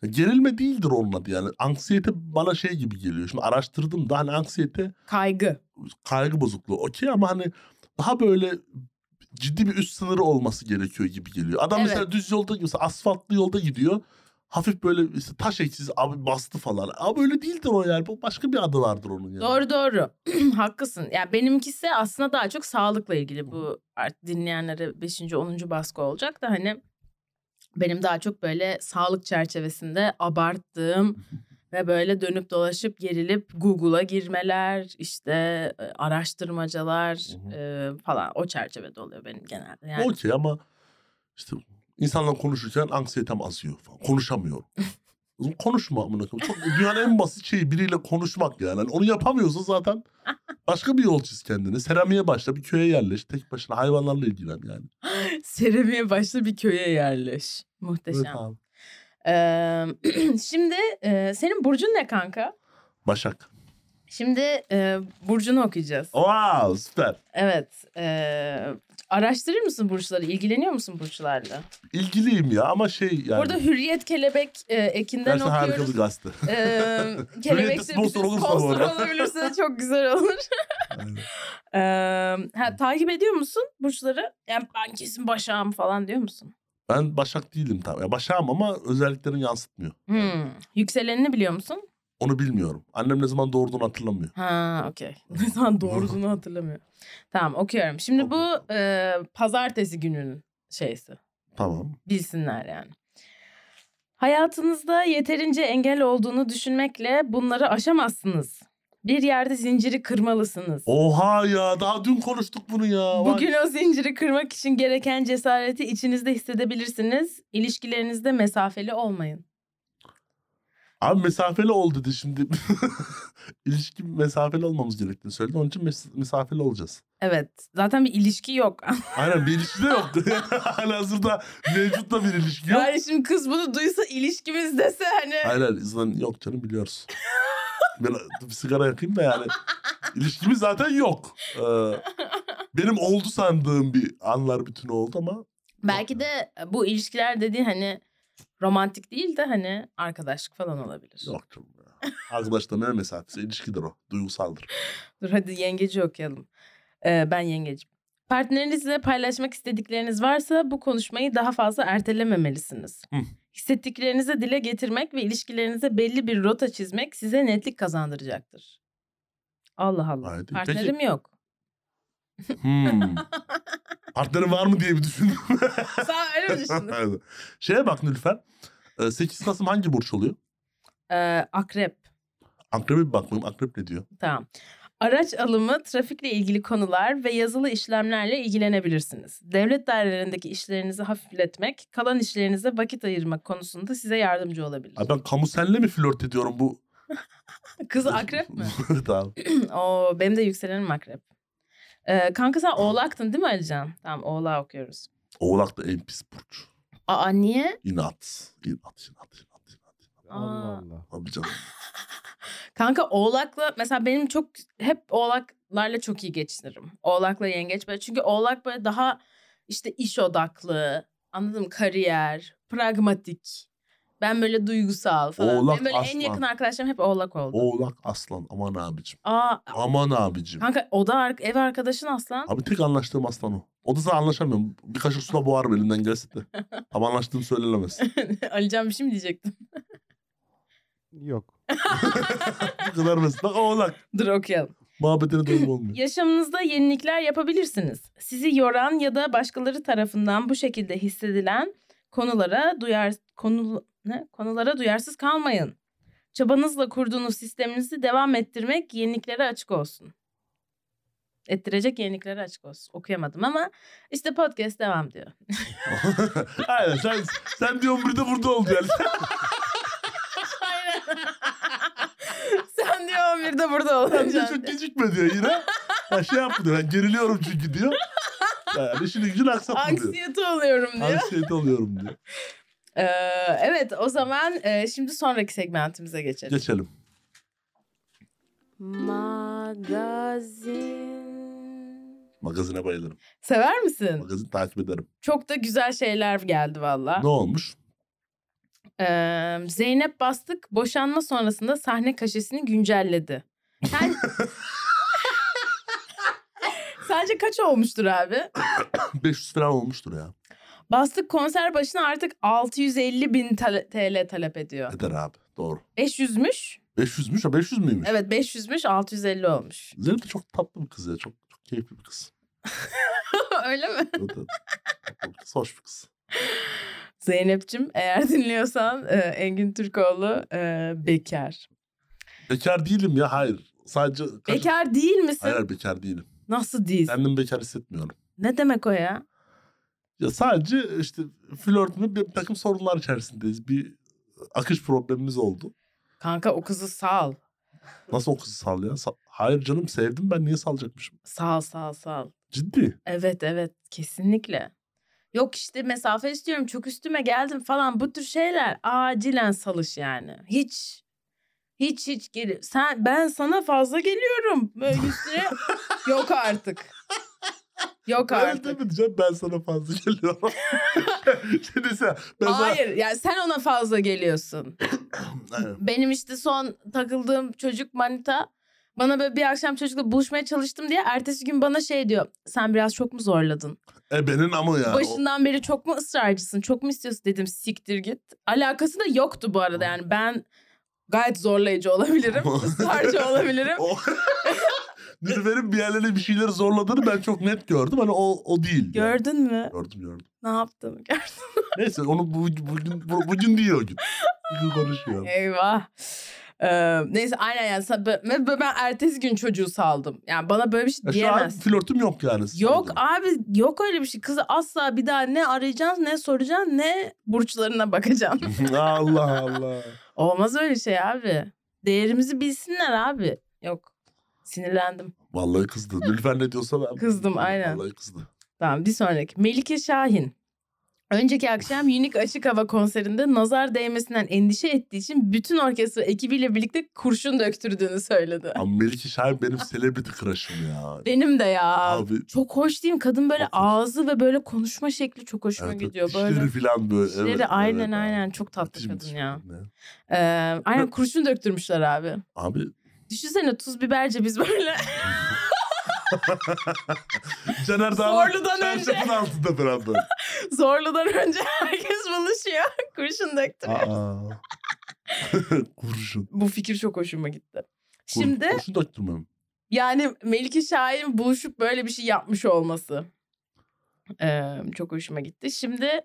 Speaker 1: Ya Gerilme değildir onun adı yani. Anksiyete bana şey gibi geliyor. Şimdi araştırdım da hani anksiyete
Speaker 2: Kaygı.
Speaker 1: kaygı bozukluğu okey ama hani daha böyle ciddi bir üst sınırı olması gerekiyor gibi geliyor. Adam
Speaker 2: Evet.
Speaker 1: mesela düz yolda mesela asfaltlı yolda gidiyor. Hafif böyle işte taş eksiz abi bastı falan. Abi öyle değildir o yani. Bu başka bir adı vardır onun yani.
Speaker 2: Doğru doğru. Haklısın. Ya benimkisi aslında daha çok sağlıkla ilgili. Bu artık dinleyenlere 5. 10. baskı olacak da hani benim daha çok böyle sağlık çerçevesinde abarttığım ve böyle dönüp dolaşıp gerilip Google'a girmeler, işte e, araştırmacalar
Speaker 1: Hı
Speaker 2: e, falan o çerçevede oluyor benim genelde. Yani
Speaker 1: Okey ama işte insanla konuşurken anksiyetem azıyor falan. Konuşamıyorum. Oğlum Konuşma amına koyayım. Çok dünyanın en basit şeyi biriyle konuşmak yani. Hani onu yapamıyorsun zaten başka bir yol çiz kendine. Seramiye başla bir köye yerleş. Tek başına hayvanlarla ilgilen yani.
Speaker 2: Seramiye başla bir köye yerleş.
Speaker 1: Evet
Speaker 2: Muhteşem.
Speaker 1: abi.
Speaker 2: Ee, şimdi e, senin burcun ne kanka?
Speaker 1: Başak.
Speaker 2: Şimdi e, burcunu okuyacağız.
Speaker 1: Wow süper.
Speaker 2: Evet. e, araştırır mısın burçları? İlgileniyor musun burçlarla?
Speaker 1: İlgiliyim ya ama şey yani.
Speaker 2: Burada Hürriyet Kelebek e, ekinden
Speaker 1: Gerçekten harika bir
Speaker 2: okuyoruz.
Speaker 1: gazete.
Speaker 2: E,
Speaker 1: Hürriyet'te
Speaker 2: kelebek de bize
Speaker 1: sponsor olursa bu
Speaker 2: sponsor
Speaker 1: arada.
Speaker 2: olabilirse çok güzel olur.
Speaker 1: Aynen.
Speaker 2: E, ha, takip ediyor musun burçları? Yani ben kesin başağım falan diyor musun?
Speaker 1: Ben Başak değilim tam. Ya Başak'ım ama özelliklerini yansıtmıyor.
Speaker 2: Hmm. Yükselenini biliyor musun?
Speaker 1: Onu bilmiyorum. Annem ne zaman doğurduğunu hatırlamıyor.
Speaker 2: Ha okey. Ne zaman doğrusunu hatırlamıyorum. Tamam okuyorum. Şimdi bu e, pazartesi gününün şeysi.
Speaker 1: Tamam.
Speaker 2: bilsinler yani. Hayatınızda yeterince engel olduğunu düşünmekle bunları aşamazsınız. Bir yerde zinciri kırmalısınız.
Speaker 1: Oha ya daha dün konuştuk bunu ya. Vay.
Speaker 2: Bugün o zinciri kırmak için gereken cesareti içinizde hissedebilirsiniz. İlişkilerinizde mesafeli olmayın.
Speaker 1: Abi mesafeli ol dedi şimdi. İlişki mesafeli olmamız gerektiğini söyledi. Onun için mes- mesafeli olacağız.
Speaker 2: Evet, zaten bir ilişki yok.
Speaker 1: Aynen bir ilişki de yok. Halihazırda mevcut da bir ilişki yok.
Speaker 2: Yani şimdi kız bunu duysa ilişkimiz dese hani.
Speaker 1: Aynen zaten yok canım biliyoruz. ben bir sigara yakayım da yani. İlişkimiz zaten yok. Ee, benim oldu sandığım bir anlar bütünü oldu ama
Speaker 2: Belki de bu ilişkiler dediğin hani romantik değil de hani arkadaşlık falan olabilir.
Speaker 1: yok canım. ya. Arkadaşlar ne mesafesi? İlişkidir o. Duygusaldır.
Speaker 2: Dur hadi yengeci okuyalım. Ee, ben yengecim. Partnerinizle paylaşmak istedikleriniz varsa bu konuşmayı daha fazla ertelememelisiniz.
Speaker 1: Hı.
Speaker 2: Hissettiklerinizi dile getirmek ve ilişkilerinize belli bir rota çizmek size netlik kazandıracaktır. Allah Allah.
Speaker 1: Gayet iyi.
Speaker 2: Partnerim yok.
Speaker 1: Hmm. Partnerin var mı diye bir düşündüm.
Speaker 2: Sen öyle mi düşündün?
Speaker 1: Şeye bak Nülfer. Ee, 8 Kasım hangi burç oluyor?
Speaker 2: Ee, akrep.
Speaker 1: Akrep'e bir bakmayayım. Akrep ne diyor?
Speaker 2: Tamam. Araç alımı, trafikle ilgili konular ve yazılı işlemlerle ilgilenebilirsiniz. Devlet dairelerindeki işlerinizi hafifletmek, kalan işlerinize vakit ayırmak konusunda size yardımcı olabilir.
Speaker 1: Ay ben kamusenle mi flört ediyorum bu?
Speaker 2: Kız akrep mi?
Speaker 1: tamam.
Speaker 2: Oo, benim de yükselenim akrep. Ee, kanka sen oğlaktın değil mi Alican? Tamam oğlağı okuyoruz.
Speaker 1: Oğlak da en pis burç.
Speaker 2: Aa niye?
Speaker 1: İnat. İnat, inat, inat, inat. inat.
Speaker 2: Aa.
Speaker 4: Allah Allah.
Speaker 1: Abi canım.
Speaker 2: Kanka oğlakla mesela benim çok hep oğlaklarla çok iyi geçinirim. Oğlakla yengeç böyle. Çünkü oğlak böyle daha işte iş odaklı. Anladım kariyer, pragmatik. Ben böyle duygusal falan.
Speaker 1: Oğlak
Speaker 2: benim böyle en
Speaker 1: aslan.
Speaker 2: yakın arkadaşlarım hep oğlak oldu.
Speaker 1: Oğlak aslan aman abicim.
Speaker 2: Aa
Speaker 1: Aman abicim.
Speaker 2: kanka o da ar- ev arkadaşın aslan.
Speaker 1: Abi tek anlaştığım aslan o. O da sana anlaşamıyorum. Bir kaşık suda boğarım elinden gelse de. Ama anlaştığım söylenemez.
Speaker 2: Alican bir şey mi diyecektim?
Speaker 4: Yok.
Speaker 1: Bu kadar basit. Bak oğlak.
Speaker 2: Dur okuyalım.
Speaker 1: Muhabbetine doyum olmuyor.
Speaker 2: Yaşamınızda yenilikler yapabilirsiniz. Sizi yoran ya da başkaları tarafından bu şekilde hissedilen konulara duyar konu ne? konulara duyarsız kalmayın. Çabanızla kurduğunuz sisteminizi devam ettirmek yeniliklere açık olsun. Ettirecek yeniliklere açık olsun. Okuyamadım ama işte podcast devam diyor.
Speaker 1: Aynen sen, sen diyorsun burada burada oldu yani.
Speaker 2: Aynen. Sen diyor 11'de burada
Speaker 1: Sen diyor
Speaker 2: olacaksın.
Speaker 1: çok gecikme diyor yine. Ha, şey yaptı diyor ben geriliyorum çünkü diyor. Yani işini gücünü aksatma diyor.
Speaker 2: Anksiyete oluyorum diyor.
Speaker 1: Anksiyete oluyorum diyor.
Speaker 2: Ee, evet o zaman e, şimdi sonraki segmentimize geçelim.
Speaker 1: Geçelim.
Speaker 3: Magazin.
Speaker 1: Magazine bayılırım.
Speaker 2: Sever misin?
Speaker 1: Magazin takip ederim.
Speaker 2: Çok da güzel şeyler geldi valla.
Speaker 1: Ne olmuş?
Speaker 2: Ee, Zeynep Bastık boşanma sonrasında sahne kaşesini güncelledi. Sen... Sence kaç olmuştur abi?
Speaker 1: 500 falan olmuştur ya.
Speaker 2: Bastık konser başına artık 650 bin tale- TL talep ediyor.
Speaker 1: Eder abi. Doğru.
Speaker 2: 500'müş.
Speaker 1: 500'müş ha 500 müymüş?
Speaker 2: Evet 500'müş 650 olmuş.
Speaker 1: Zeynep de çok tatlı bir kız ya. Çok, çok keyifli bir kız.
Speaker 2: Öyle mi?
Speaker 1: Evet, evet. Tatlı bir kız, Hoş bir kız.
Speaker 2: Zeynep'cim eğer dinliyorsan e, Engin Türkoğlu e, bekar.
Speaker 1: Bekar değilim ya hayır. Sadece...
Speaker 2: Bekar değil misin?
Speaker 1: Hayır hayır, bekar değilim.
Speaker 2: Nasıl değil?
Speaker 1: Kendimi bekar hissetmiyorum.
Speaker 2: Ne demek o ya?
Speaker 1: Ya sadece işte flörtümle bir takım sorunlar içerisindeyiz. Bir akış problemimiz oldu.
Speaker 2: Kanka o kızı sal.
Speaker 1: Nasıl o kızı sal ya? Sa- Hayır canım sevdim ben niye salacakmışım?
Speaker 2: Sal sal sal.
Speaker 1: Ciddi.
Speaker 2: Evet evet kesinlikle. Yok işte mesafe istiyorum çok üstüme geldim falan bu tür şeyler acilen salış yani. Hiç hiç hiç gel sen ben sana fazla geliyorum böyle üstüne yok artık. Yok
Speaker 1: Hayır
Speaker 2: artık.
Speaker 1: demeyeceğim ben sana fazla geliyorum. Şimdi sen... Ben sana-
Speaker 2: Hayır yani sen ona fazla geliyorsun.
Speaker 1: Aynen.
Speaker 2: Benim işte son takıldığım çocuk manita bana böyle bir akşam çocukla buluşmaya çalıştım diye ertesi gün bana şey diyor. Sen biraz çok mu zorladın?
Speaker 1: Ebenin E, ama ya. O-
Speaker 2: Başından beri çok mu ısrarcısın? Çok mu istiyorsun dedim siktir git. Alakası da yoktu bu arada yani ben gayet zorlayıcı olabilirim. ısrarcı olabilirim.
Speaker 1: O... Nilüfer'in bir yerlerine bir şeyleri zorladığını ben çok net gördüm. Hani o, o değil. yani.
Speaker 2: Gördün mü?
Speaker 1: Gördüm gördüm.
Speaker 2: Ne yaptım?
Speaker 1: Neyse onu bu, bugün, bu, bugün diyor o gün. Bugün
Speaker 2: E,
Speaker 1: konuşuyor. E,
Speaker 2: Eyvah. Ee, neyse aynen yani sa- bö- ben, ben ertesi gün çocuğu saldım. Yani bana böyle bir şey
Speaker 1: Ya E, şu an
Speaker 2: diyemezsin.
Speaker 1: flörtüm yok yani.
Speaker 2: Yok abi yok öyle bir şey. Kızı asla bir daha ne arayacaksın ne soracaksın ne burçlarına bakacaksın.
Speaker 1: Allah Allah.
Speaker 2: Olmaz öyle şey abi. Değerimizi bilsinler abi. Yok. Sinirlendim.
Speaker 1: Vallahi kızdı. Nilüfer ne diyorsa ben.
Speaker 2: Kızdım, aynen.
Speaker 1: Vallahi kızdı.
Speaker 2: Tamam bir sonraki. Melike Şahin. Önceki akşam Unique Açık Hava konserinde nazar değmesinden endişe ettiği için bütün orkestra ekibiyle birlikte kurşun döktürdüğünü söyledi.
Speaker 1: Ama Melike Şahin benim celebrity crush'ım ya.
Speaker 2: Benim de ya.
Speaker 1: Abi.
Speaker 2: Çok hoş değil mi? Kadın böyle
Speaker 1: Çok hoş.
Speaker 2: ağzı ve böyle konuşma şekli çok hoşuma
Speaker 1: Evet,
Speaker 2: gidiyor.
Speaker 1: evet,
Speaker 2: Böyle
Speaker 1: dişleri falan böyle.
Speaker 2: dişleri
Speaker 1: evet,
Speaker 2: aynen
Speaker 1: evet,
Speaker 2: aynen
Speaker 1: abi.
Speaker 2: çok tatlı
Speaker 1: Müthiş,
Speaker 2: kadın
Speaker 1: müthiş
Speaker 2: ya.
Speaker 1: kadın ya.
Speaker 2: Ee, aynen kurşun döktürmüşler abi.
Speaker 1: Abi
Speaker 2: Düşünsene tuz biberce biz böyle
Speaker 1: Caner daha
Speaker 2: Zorlu'dan önce.
Speaker 1: çarşafın altında falan böyle.
Speaker 2: zorludan önce herkes buluşuyor. kurşun döktü.
Speaker 1: Aa. Kurşun.
Speaker 2: Bu fikir çok hoşuma gitti.
Speaker 1: Kur-
Speaker 2: Şimdi
Speaker 1: Kurşun döktürmem.
Speaker 2: Yani Melike Şahin buluşup böyle bir şey yapmış olması Ee, çok hoşuma gitti. Şimdi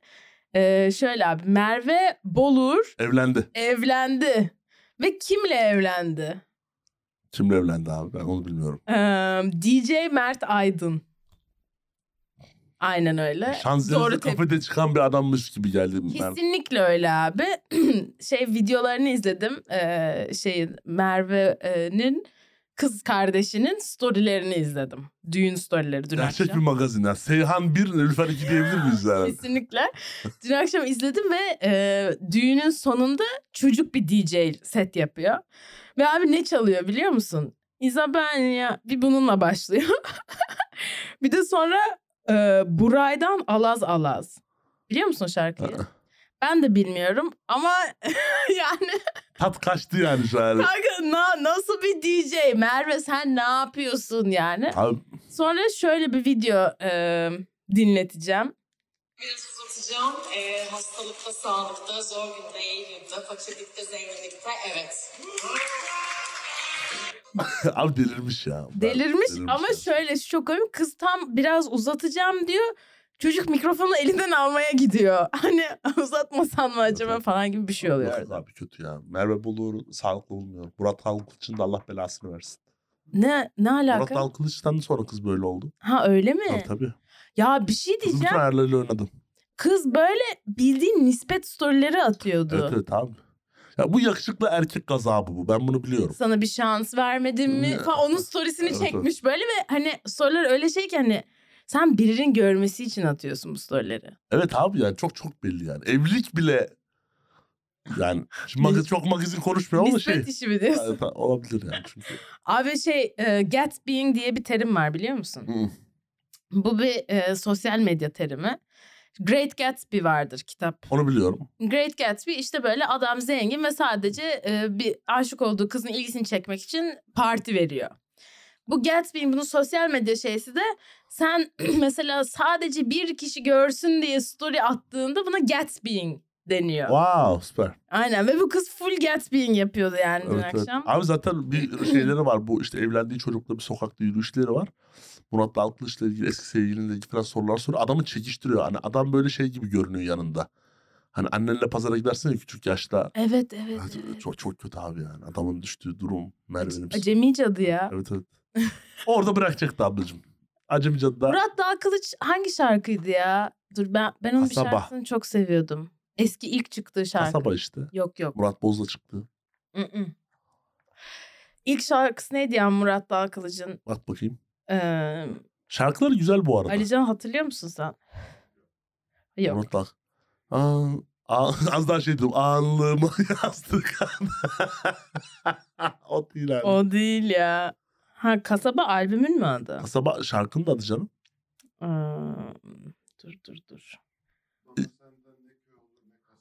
Speaker 2: e, şöyle abi Merve Bolur
Speaker 1: Evlendi.
Speaker 2: evlendi ve kimle evlendi?
Speaker 1: Kimle evlendi abi ben onu bilmiyorum.
Speaker 2: Ee, DJ Mert Aydın. Aynen öyle.
Speaker 1: Şanzelize
Speaker 2: Doğru tepki.
Speaker 1: kafede çıkan bir adammış gibi geldi. Ben.
Speaker 2: Kesinlikle öyle abi. şey videolarını izledim. Ee, şey Merve'nin kız kardeşinin storylerini izledim. Düğün storyleri dün
Speaker 1: Gerçek bir
Speaker 2: akşam.
Speaker 1: magazin. Yani. Seyhan 1, Nilüfer 2 diyebilir miyiz yani?
Speaker 2: Kesinlikle. Dün akşam izledim ve e, düğünün sonunda çocuk bir DJ set yapıyor. Ve abi ne çalıyor biliyor musun? ya bir bununla başlıyor. bir de sonra e, Buray'dan Alaz Alaz. Biliyor musun şarkıyı?
Speaker 1: Aa.
Speaker 2: ben de bilmiyorum ama yani
Speaker 1: Tat kaçtı yani şu an.
Speaker 2: kanka na- nasıl bir DJ Merve sen ne yapıyorsun yani?
Speaker 1: Abi,
Speaker 2: Sonra şöyle bir video e, dinleteceğim.
Speaker 5: Biraz uzatacağım. Ee, hastalıkta, sağlıkta, zor günde, iyi günde, fakirlikte, zenginlikte, evet.
Speaker 1: abi delirmiş ya. Ben-
Speaker 2: Delirmiş ama
Speaker 1: ya.
Speaker 2: şöyle çok komik kız tam biraz uzatacağım diyor. Çocuk mikrofonu elinden almaya gidiyor. Hani uzatmasan mı acaba
Speaker 1: Evet.
Speaker 2: falan gibi bir şey oluyor.
Speaker 1: Yok
Speaker 2: orada.
Speaker 1: abi kötü ya. Merve Bulur sağlıklı olmuyor. Murat Halkılıç'ın da Allah belasını versin.
Speaker 2: Ne ne
Speaker 1: Murat
Speaker 2: alaka?
Speaker 1: Halkılıç'tan sonra kız böyle oldu.
Speaker 2: Ha öyle
Speaker 1: Tabii
Speaker 2: mi?
Speaker 1: tabii.
Speaker 2: Ya bir şey
Speaker 1: Kızın bütün
Speaker 2: diyeceğim.
Speaker 1: ayarlarıyla oynadım.
Speaker 2: Kız böyle bildiğin nispet storyleri atıyordu.
Speaker 1: Evet evet abi. Ya bu yakışıklı erkek gazabı bu. Ben bunu biliyorum.
Speaker 2: Sana bir şans vermedim mi?
Speaker 1: Ne?
Speaker 2: Falan onun storiesini
Speaker 1: Evet,
Speaker 2: çekmiş böyle ve hani storyler öyle şey ki hani sen birinin görmesi için atıyorsun bu storyleri.
Speaker 1: Evet abi yani çok çok belli yani. Evlilik bile yani şimdi magazin, çok magazin konuşmuyor ama şey.
Speaker 2: Nispet işi mi diyorsun?
Speaker 1: Evet, olabilir yani çünkü.
Speaker 2: Abi şey e, get being diye bir terim var biliyor musun?
Speaker 1: Hı.
Speaker 2: Bu bir e, sosyal medya terimi. Great Gatsby vardır kitap.
Speaker 1: Onu biliyorum.
Speaker 2: Great Gatsby işte böyle adam zengin ve sadece e, bir aşık olduğu kızın ilgisini çekmek için parti veriyor. Bu Gatsby'in bunun sosyal medya şeysi de sen mesela sadece bir kişi görsün diye story attığında buna Gatsby'ing deniyor.
Speaker 1: Wow süper.
Speaker 2: Aynen ve bu kız full Gatsby'ing yapıyordu yani dün
Speaker 1: Evet, evet.
Speaker 2: akşam.
Speaker 1: Abi zaten bir şeyleri var. Bu işte evlendiği çocukla bir sokakta yürüyüşleri var. Murat'la Alkılıç'la ilgili eski sevgilinle ilgili falan sorular soruyor. Adamı çekiştiriyor. Hani adam böyle şey gibi görünüyor yanında. Hani annenle pazara gidersin ya küçük yaşta.
Speaker 2: Evet evet.
Speaker 1: Evet,
Speaker 2: evet.
Speaker 1: Çok çok kötü abi yani. Adamın düştüğü durum. Merve'nin.
Speaker 2: Acemi cadı ya.
Speaker 1: Evet evet. Orada bırakacaktı ablacığım. Acemi Cadı'da.
Speaker 2: Murat Dağ Kılıç hangi şarkıydı ya? Dur ben ben onun
Speaker 1: Kasaba.
Speaker 2: bir şarkısını çok seviyordum. Eski ilk çıktığı şarkı.
Speaker 1: Kasaba işte.
Speaker 2: Yok yok.
Speaker 1: Murat Boz'la çıktı.
Speaker 2: Mm-mm. İlk şarkısı neydi ya Murat Dağ Kılıç'ın?
Speaker 1: Bak bakayım.
Speaker 2: Ee,
Speaker 1: Şarkıları güzel bu arada.
Speaker 2: Alican hatırlıyor musun sen? Yok.
Speaker 1: Murat Dağ. Aa, aa, az daha şey dedim. Alnıma yastık. o değil abi.
Speaker 2: O değil ya. Ha kasaba albümün mü adı?
Speaker 1: Kasaba şarkının da adı canım.
Speaker 2: Ee, dur dur dur.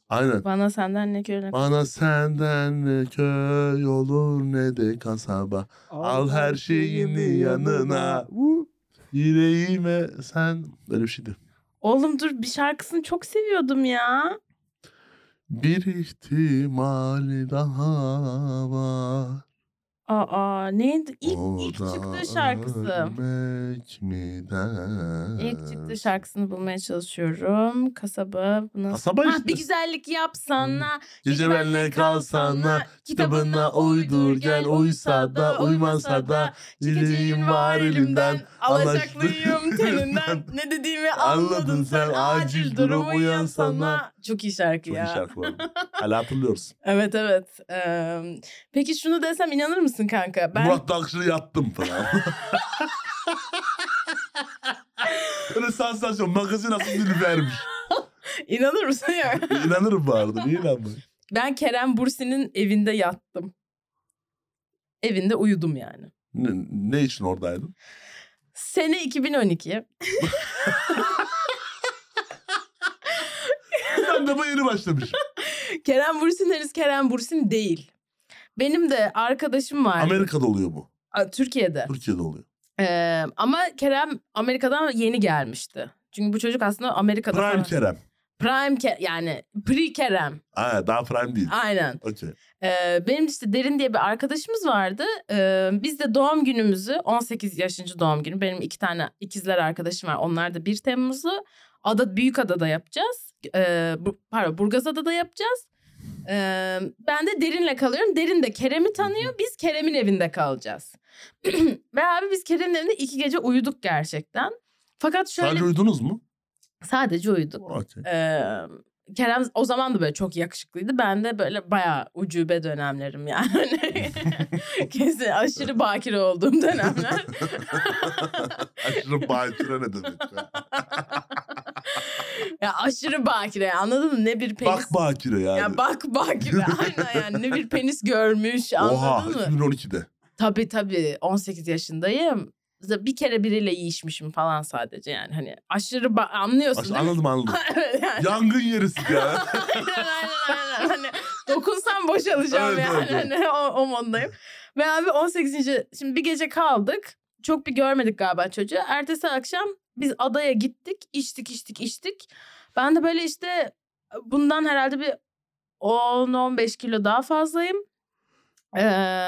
Speaker 1: Aynen.
Speaker 2: Bana senden ne görünen
Speaker 1: Bana senden ne köy olur ne de kasaba. Al her şeyini yanına.
Speaker 4: Woo.
Speaker 1: Yüreğime sen... Öyle bir şeydi.
Speaker 2: Oğlum dur bir şarkısını çok seviyordum ya.
Speaker 1: Bir ihtimal daha var.
Speaker 2: Aa neydi? İlk, ilk
Speaker 1: O da
Speaker 2: çıktığı şarkısı.
Speaker 1: Ölmek mi der?
Speaker 2: İlk çıktığı şarkısını bulmaya çalışıyorum. Kasaba. Buna...
Speaker 1: Kasaba
Speaker 2: Ha,
Speaker 1: işte.
Speaker 2: bir güzellik yapsana.
Speaker 1: Gece benle kalsana, kitabına uydur gel uysa da uymasa da dileğim var elimden.
Speaker 2: alacaklıyım
Speaker 1: alacaklıyım
Speaker 2: teninden. Ne dediğimi anladın sen acil durum uyan sana. Çok iyi şarkı
Speaker 1: Çok
Speaker 2: ya.
Speaker 1: iyi şarkı var. Hala hatırlıyoruz.
Speaker 2: Evet evet. Ee, peki şunu desem inanır mısın kanka? Ben
Speaker 1: Murat Dalkışı'na yattım falan. Öyle sansasyon magazin asıl Nilüfer'miş.
Speaker 2: inanır mısın ya?
Speaker 1: İnanırım vardı. Niye inanmıyorum?
Speaker 2: Ben Kerem Bursi'nin evinde yattım. Evinde uyudum yani.
Speaker 1: Ne, ne için oradaydın?
Speaker 2: Sene 2012.
Speaker 1: Ben de bu yeni başlamış.
Speaker 2: Kerem Bursin henüz Kerem Bursin değil. Benim de arkadaşım var.
Speaker 1: Amerika'da oluyor bu.
Speaker 2: A, Türkiye'de.
Speaker 1: Türkiye'de oluyor.
Speaker 2: Ee, ama Kerem Amerika'dan yeni gelmişti. Çünkü bu çocuk aslında Amerika'da.
Speaker 1: Prime
Speaker 2: falan-
Speaker 1: Kerem.
Speaker 2: Prime Ke- yani pre Kerem.
Speaker 1: Aa, daha Prime değil.
Speaker 2: Aynen.
Speaker 1: Okey.
Speaker 2: Ee, benim işte Derin diye bir arkadaşımız vardı. Ee, biz de doğum günümüzü 18 yaşıncı doğum günü. Benim iki tane ikizler arkadaşım var. Onlar da 1 Temmuz'u. Ada, Büyükada'da yapacağız. Ee, bu, pardon Burgazada'da yapacağız. Ee, ben de Derin'le kalıyorum. Derin de Kerem'i tanıyor. Biz Kerem'in evinde kalacağız. Ve abi biz Kerem'in evinde iki gece uyuduk gerçekten. Fakat şöyle
Speaker 1: Sadece uyudunuz mu?
Speaker 2: sadece uyuduk.
Speaker 1: Okey.
Speaker 2: Ee, Kerem o zaman da böyle çok yakışıklıydı. Ben de böyle bayağı ucube dönemlerim yani. Kesin aşırı bakire olduğum dönemler.
Speaker 1: Aşırı bakire ne demek ya?
Speaker 2: ya aşırı bakire anladın mı? Ne bir penis.
Speaker 1: Bak bakire yani.
Speaker 2: Ya bak bakire aynen yani ne bir penis görmüş anladın
Speaker 1: Oha
Speaker 2: mı?
Speaker 1: 2012'de.
Speaker 2: Tabii tabii 18 yaşındayım. Bir kere biriyle yiyişmişim falan sadece yani hani aşırı ba- anlıyorsun
Speaker 1: Aş-
Speaker 2: değil mi?
Speaker 1: anladım anladım.
Speaker 2: Evet, yani.
Speaker 1: Yangın yerisi ya.
Speaker 2: aynen aynen aynen. Hani dokunsam boşalacağım
Speaker 1: Evet,
Speaker 2: yani.
Speaker 1: evet, evet.
Speaker 2: Hani o, o moddayım. Ve abi 18. Şimdi bir gece kaldık. Çok bir görmedik galiba çocuğu. Ertesi akşam biz adaya gittik. içtik içtik içtik. Ben de böyle işte bundan herhalde bir 10-15 kilo daha fazlayım. Ee,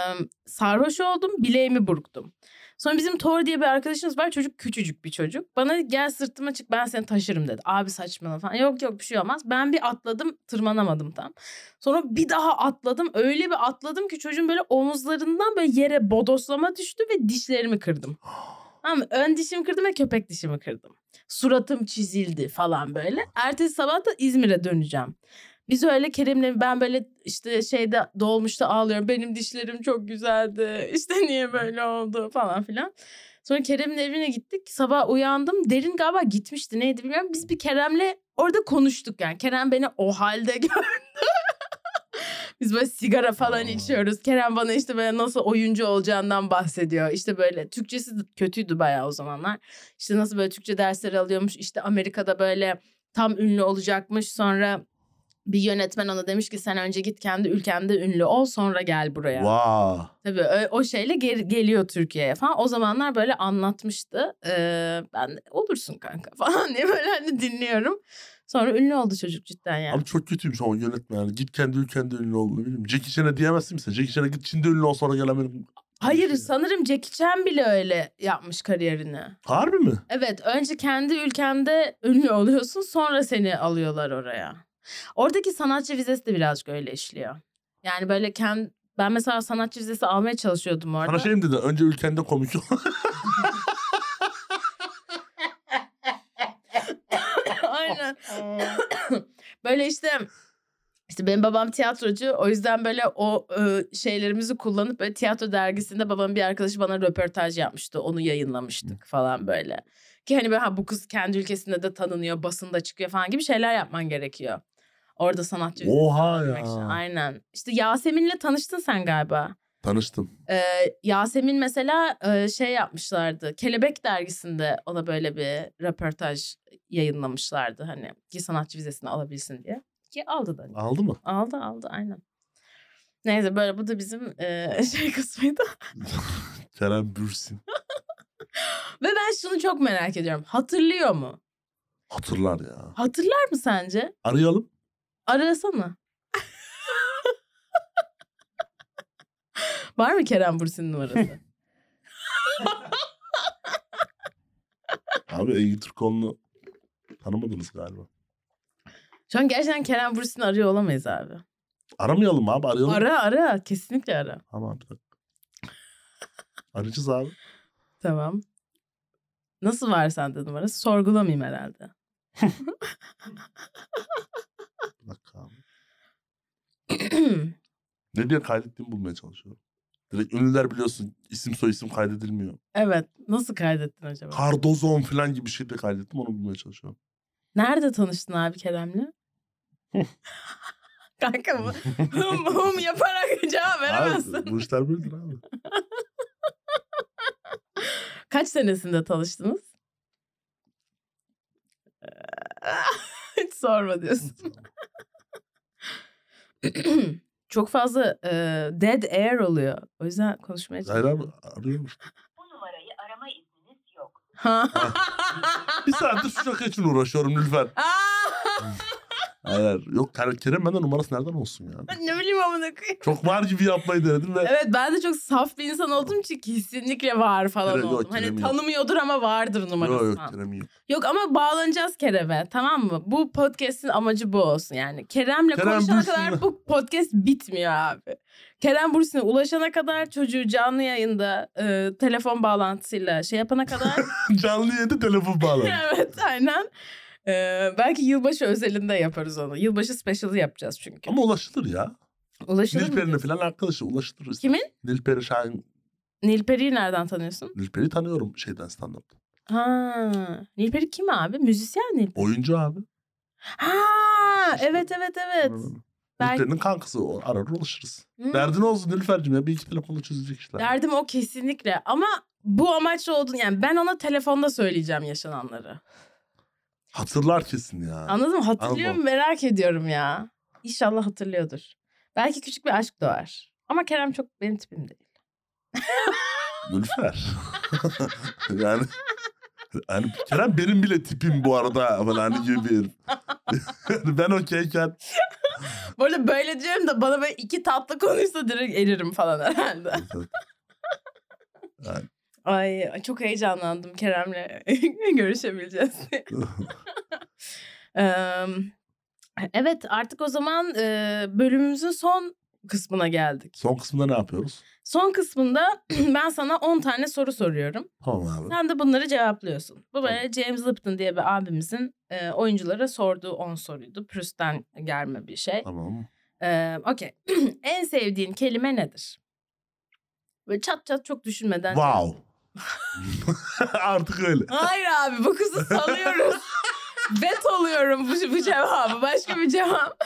Speaker 2: sarhoş oldum. Bileğimi burktum. Sonra bizim Tor diye bir arkadaşımız var. Çocuk küçücük bir çocuk. Bana gel sırtıma çık ben seni taşırım dedi. Abi saçmalama falan. Yok yok bir şey olmaz. Ben bir atladım tırmanamadım tam. Sonra bir daha atladım. Öyle bir atladım ki çocuğun böyle omuzlarından böyle yere bodoslama düştü ve dişlerimi kırdım. Tamam mı? ön dişimi kırdım ve köpek dişimi kırdım. Suratım çizildi falan böyle. Ertesi sabah da İzmir'e döneceğim. Biz öyle Kerem'le ben böyle işte şeyde dolmuşta ağlıyorum. Benim dişlerim çok güzeldi. İşte niye böyle oldu falan filan. Sonra Kerem'in evine gittik. Sabah uyandım. Derin galiba gitmişti neydi bilmiyorum. Biz bir Kerem'le orada konuştuk yani. Kerem beni o halde gördü. Biz böyle sigara falan
Speaker 1: Aa.
Speaker 2: içiyoruz. Kerem bana işte böyle nasıl oyuncu olacağından bahsediyor. İşte böyle Türkçesi de kötüydü bayağı o zamanlar. İşte nasıl böyle Türkçe dersleri alıyormuş. İşte Amerika'da böyle tam ünlü olacakmış. Sonra bir yönetmen ona demiş ki sen önce git kendi ülkende ünlü ol sonra gel buraya.
Speaker 1: Vay.
Speaker 2: Tabii ö- o şeyle geri- geliyor Türkiye'ye falan. O zamanlar böyle anlatmıştı. Ee, ben de, olursun kanka falan diye böyle hani dinliyorum. Sonra ünlü oldu çocuk cidden yani.
Speaker 1: Abi çok kötüymüş o yönetmen. Yani git kendi ülkende ünlü olduğunu bilmiyorum. Jackie Chan'a diyemezsin mi sen? Jackie Chan'a git Çin'de ünlü ol sonra gelen benim.
Speaker 2: Hayır
Speaker 1: şey
Speaker 2: sanırım Jackie Chan bile öyle yapmış kariyerini.
Speaker 1: Harbi mi?
Speaker 2: Evet önce kendi ülkende ünlü oluyorsun sonra seni alıyorlar oraya. Oradaki sanatçı vizesi de birazcık öyle işliyor. Yani böyle kendi ben mesela sanatçı vizesi almaya çalışıyordum orada.
Speaker 1: Sana şey mi dedi? Önce ülkende komik ol.
Speaker 2: Aynen. böyle işte işte benim babam tiyatrocu o yüzden böyle o e, şeylerimizi kullanıp böyle tiyatro dergisinde babamın bir arkadaşı bana röportaj yapmıştı. Onu yayınlamıştık falan böyle. Ki hani böyle ha bu kız kendi ülkesinde de tanınıyor, basında çıkıyor falan gibi şeyler yapman gerekiyor. Orada sanatçı vizesi
Speaker 1: Oha
Speaker 2: almak için.
Speaker 1: ya.
Speaker 2: Aynen. İşte Yasemin'le tanıştın sen galiba.
Speaker 1: Tanıştım.
Speaker 2: Ee, Yasemin mesela e, şey yapmışlardı. Kelebek dergisinde ona böyle bir röportaj yayınlamışlardı hani ki sanatçı vizesini alabilsin diye. Ki aldı da. hani.
Speaker 1: Aldı mı?
Speaker 2: Aldı aldı aynen. Neyse böyle bu da bizim e, şey kısmıydı.
Speaker 1: Kerem Bürsin.
Speaker 2: Ve ben şunu çok merak ediyorum. Hatırlıyor mu?
Speaker 1: Hatırlar ya.
Speaker 2: Hatırlar mı sence?
Speaker 1: Arayalım.
Speaker 2: Arasana. Var mı Kerem Bursin numarası?
Speaker 1: Abi Engin Türkoğlu'nu tanımadınız galiba.
Speaker 2: Şu an gerçekten Kerem Bursin'i arıyor olamayız abi.
Speaker 1: Aramayalım abi arayalım.
Speaker 2: Ara ara kesinlikle ara.
Speaker 1: Tamam bir dakika. Arayacağız abi.
Speaker 2: Tamam. Nasıl var sende numarası? Sorgulamayayım herhalde.
Speaker 1: Bir dakika abi. Ne diye kaydettiğimi bulmaya çalışıyorum. Direkt ünlüler biliyorsun isim soy isim kaydedilmiyor.
Speaker 2: evet. Nasıl kaydettin acaba?
Speaker 1: Kardozon falan gibi bir şey de kaydettim onu bulmaya çalışıyorum.
Speaker 2: Nerede tanıştın abi Kerem'le? Kanka bu hım hım yaparak cevap veremezsin.
Speaker 1: Abi, bu işler böyledir abi.
Speaker 2: Kaç senesinde tanıştınız? Ee, Hiç sorma diyorsun. Çok fazla e, dead air oluyor. O yüzden konuşmaya
Speaker 1: Hayır abi arıyormuş.
Speaker 5: Bu numarayı arama izniniz yok.
Speaker 2: çalışıyorum.
Speaker 1: Bir saattir şu şaka için uğraşıyorum lütfen. Hayır yok Ker- Kerem benden numarası nereden olsun yani.
Speaker 2: ne bileyim amına koyayım.
Speaker 1: Çok var gibi yapmayı denedim ve
Speaker 2: Evet ben de çok saf bir insan olduğum için kesinlikle var falan
Speaker 1: Kerem yok,
Speaker 2: oldum. hani
Speaker 1: Kerem yok.
Speaker 2: tanımıyordur ama vardır numarası.
Speaker 1: yok yok
Speaker 2: falan.
Speaker 1: Kerem yok.
Speaker 2: Yok ama bağlanacağız Kerem'e tamam mı? Bu podcast'in amacı bu olsun yani. Kerem'le
Speaker 1: Kerem
Speaker 2: konuşana
Speaker 1: Bürsin'le.
Speaker 2: kadar bu podcast bitmiyor abi. Kerem Bursin'e ulaşana kadar çocuğu canlı yayında e, telefon bağlantısıyla şey yapana kadar.
Speaker 1: Canlı yedi telefon bağlı.
Speaker 2: evet aynen. Ee, belki yılbaşı özelinde yaparız onu. Yılbaşı special'ı yapacağız çünkü.
Speaker 1: Ama ulaşılır ya.
Speaker 2: Ulaşılır mı?
Speaker 1: Nilperi'ne falan arkadaşı ulaşılır.
Speaker 2: Kimin?
Speaker 1: Nilperi Şahin.
Speaker 2: Nilperi'yi nereden tanıyorsun?
Speaker 1: Nilperi'yi tanıyorum şeyden stand up.
Speaker 2: Ha, Nilperi kim abi? Müzisyen Nilperi.
Speaker 1: Oyuncu abi.
Speaker 2: Ha,
Speaker 1: İşte.
Speaker 2: evet evet evet. Belki-
Speaker 1: Nilperi'nin kankası o. Arar ulaşırız.
Speaker 2: Hmm.
Speaker 1: Derdin olsun Nilüfer'cim ya. Bir iki telefonla çözecek işler.
Speaker 2: Derdim o kesinlikle ama bu amaçlı olduğunu yani ben ona telefonda söyleyeceğim yaşananları.
Speaker 1: Hatırlar kesin ya.
Speaker 2: Anladın mı? Hatırlıyor
Speaker 1: Anladım.
Speaker 2: mu merak ediyorum ya. İnşallah hatırlıyordur. Belki küçük bir aşk doğar. Ama Kerem çok benim tipim değil.
Speaker 1: Nilüfer. yani hani Kerem benim bile tipim bu arada falan hani gibi bir. yani ben okeyken
Speaker 2: Bu arada böyle diyorum da bana böyle iki tatlı konuşsa direkt eririm falan herhalde.
Speaker 1: Evet.
Speaker 2: Ay çok heyecanlandım Kerem'le görüşebileceğiz diye. Eee, evet artık o zaman eee, bölümümüzün son kısmına geldik.
Speaker 1: son kısmında ne yapıyoruz?
Speaker 2: Son kısmında ben sana 10 tane soru soruyorum.
Speaker 1: Tamam abi.
Speaker 2: Sen de bunları cevaplıyorsun. Bu böyle James Lipton diye bir abimizin eee, oyunculara sorduğu 10 soruydu. Proust'ten gelme bir şey.
Speaker 1: Tamam.
Speaker 2: Eee Okey. en sevdiğin kelime nedir? Böyle çat çat çok düşünmeden.
Speaker 1: Wow. Artık öyle.
Speaker 2: Hayır abi bu kızı salıyoruz. Bet oluyorum bu, bu cevabı. Başka bir cevap.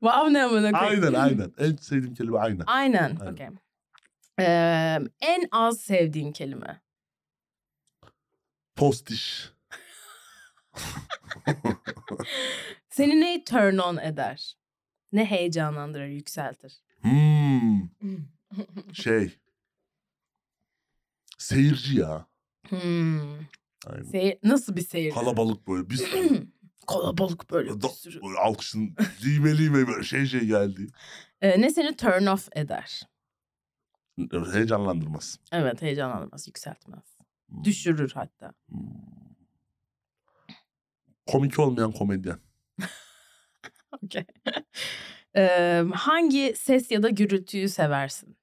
Speaker 2: wow ne amına koyayım.
Speaker 1: Aynen aynen. En sevdiğim kelime aynen.
Speaker 2: Aynen.
Speaker 1: Aynen.
Speaker 2: Okey. Eee, en az sevdiğin kelime.
Speaker 1: Postiş.
Speaker 2: Seni ne turn on eder? Ne heyecanlandırır, yükseltir?
Speaker 1: Hmm. Şey. Seyirci ya.
Speaker 2: Hmm.
Speaker 1: Aynen.
Speaker 2: Seyir- nasıl bir seyir?
Speaker 1: Kalabalık böyle. Bir sürü.
Speaker 2: Kalabalık böyle bir
Speaker 1: Da-
Speaker 2: sürü.
Speaker 1: böyle alkışın limeliyim böyle şey şey geldi.
Speaker 2: Eee, ne seni turn off eder?
Speaker 1: Heyecanlandırmaz.
Speaker 2: Evet heyecanlanmaz, yükseltmez.
Speaker 1: Hmm.
Speaker 2: Düşürür hatta.
Speaker 1: Hmm. Komik olmayan komedyen.
Speaker 2: Okey. Eee, hangi ses ya da gürültüyü seversin?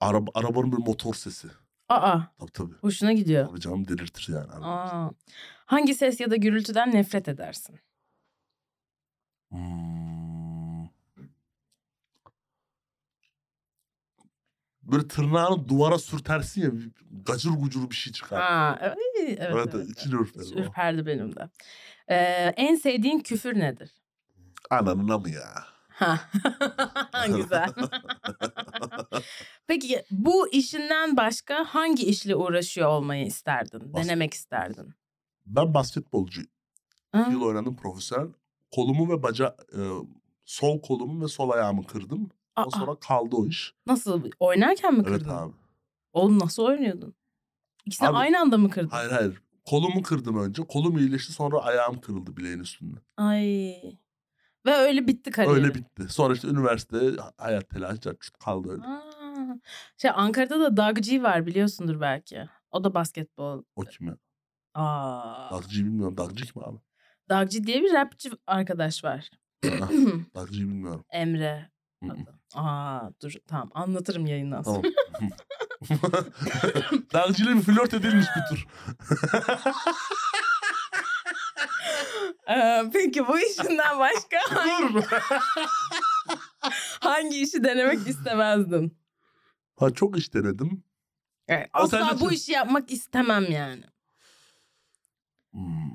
Speaker 1: Araba, arabanın bir motor sesi.
Speaker 2: Aa,
Speaker 1: Tabii tabii.
Speaker 2: hoşuna gidiyor.
Speaker 1: Tabii canım delirtir yani. araba.
Speaker 2: Aa. Hangi ses ya da gürültüden nefret edersin?
Speaker 1: Hmm. Böyle tırnağını duvara sürtersin ya bir- gacır gucur bir şey çıkar.
Speaker 2: Aa, evet, evet,
Speaker 1: evet,
Speaker 2: evet.
Speaker 1: içini ürperir o.
Speaker 2: Ürperdi benim de. Eee, en sevdiğin küfür nedir?
Speaker 1: Ananına mı ya?
Speaker 2: Ha. Güzel. Peki bu işinden başka hangi işle uğraşıyor olmayı isterdin?
Speaker 1: Bas-
Speaker 2: Denemek isterdin?
Speaker 1: Ben basketbolcu
Speaker 2: Ha?
Speaker 1: yıl oynadım profesyonel. Kolumu ve baca e, sol kolumu ve sol ayağımı kırdım.
Speaker 2: Aa,
Speaker 1: Ondan sonra kaldı o iş.
Speaker 2: nasıl? Oynarken mi
Speaker 1: Evet
Speaker 2: kırdın?
Speaker 1: abi.
Speaker 2: Oğlum nasıl oynuyordun? İkisini
Speaker 1: Abi-
Speaker 2: aynı anda mı kırdın?
Speaker 1: Hayır hayır. Kolumu kırdım önce. Kolum iyileşti sonra ayağım kırıldı bileğin üstünde.
Speaker 2: Ay. Ve öyle bitti kariyerin.
Speaker 1: Öyle bitti. Sonra işte üniversite hayat telaşı çarçurt kaldı öyle.
Speaker 2: Aa. Şey Ankara'da da Dagci var biliyorsundur belki. O da basketbol.
Speaker 1: O kim ya?
Speaker 2: Aa.
Speaker 1: Dagcı'yı bilmiyorum. Dagcı kim abi?
Speaker 2: Dagci diye bir rapçi arkadaş var.
Speaker 1: Dagcı'yı bilmiyorum.
Speaker 2: Emre.
Speaker 1: Hı hı.
Speaker 2: adı. Aa dur tamam anlatırım yayından sonra.
Speaker 1: Tamam. Dagcı'yla bir flört edilmiş bir tur.
Speaker 2: Ee, peki bu işinden başka
Speaker 1: Dur.
Speaker 2: hangi işi denemek istemezdin?
Speaker 1: ha, çok iş denedim.
Speaker 2: Evet,
Speaker 1: O
Speaker 2: asla
Speaker 1: sence-
Speaker 2: bu işi yapmak istemem yani.
Speaker 1: Hmm.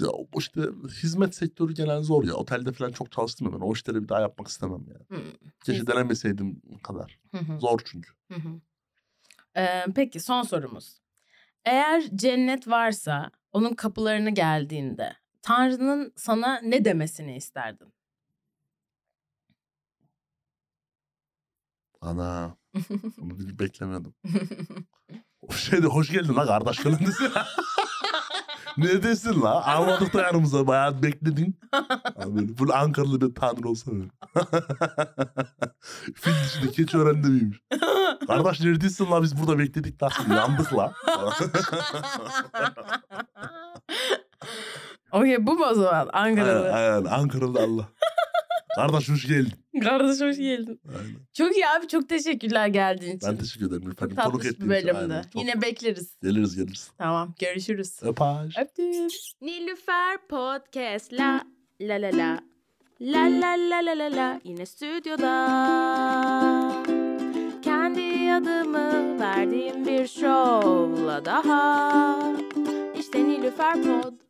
Speaker 1: Ya o işte hizmet sektörü genel zor ya. Otelde falan çok çalıştım ya ben. O işleri bir daha yapmak istemem yani.
Speaker 2: Hmm.
Speaker 1: Keşke denemeseydim bu kadar.
Speaker 2: Hı hı.
Speaker 1: Zor çünkü.
Speaker 2: Hı hı. Ee, peki son sorumuz. Eğer cennet varsa onun kapılarını geldiğinde Tanrı'nın sana ne demesini isterdin?
Speaker 1: Ana. Bunu bir beklemiyordum. O şey de hoş geldin la kardeş falan desin. ne desin la? Almadık da yanımıza bayağı bekledin. Abi böyle full Ankaralı bir tanrı olsa böyle. Fil içinde keçi öğrendi miymiş? Kardeş neredesin la biz burada bekledik la. Yandık la.
Speaker 2: Okey bu mu o zaman
Speaker 1: aynen,
Speaker 2: Ankaralı?
Speaker 1: aynen Ankaralı Allah. Kardeş hoş geldin.
Speaker 2: Kardeş hoş geldin.
Speaker 1: Aynen.
Speaker 2: Çok iyi abi çok teşekkürler geldiğin için.
Speaker 1: Ben teşekkür ederim
Speaker 2: Çok
Speaker 1: efendim. Konuk
Speaker 2: tatlış bir
Speaker 1: ettiğiniz için.
Speaker 2: bölümdü.
Speaker 1: Aynen. Çok-
Speaker 2: Yine bekleriz.
Speaker 1: Geliriz geliriz.
Speaker 2: Tamam görüşürüz.
Speaker 1: Öpaj.
Speaker 2: Öptüm.
Speaker 3: Nilüfer Podcast la la la la La la la la la la yine stüdyoda Kendi adımı verdiğim bir şovla daha İşte Nilüfer Pod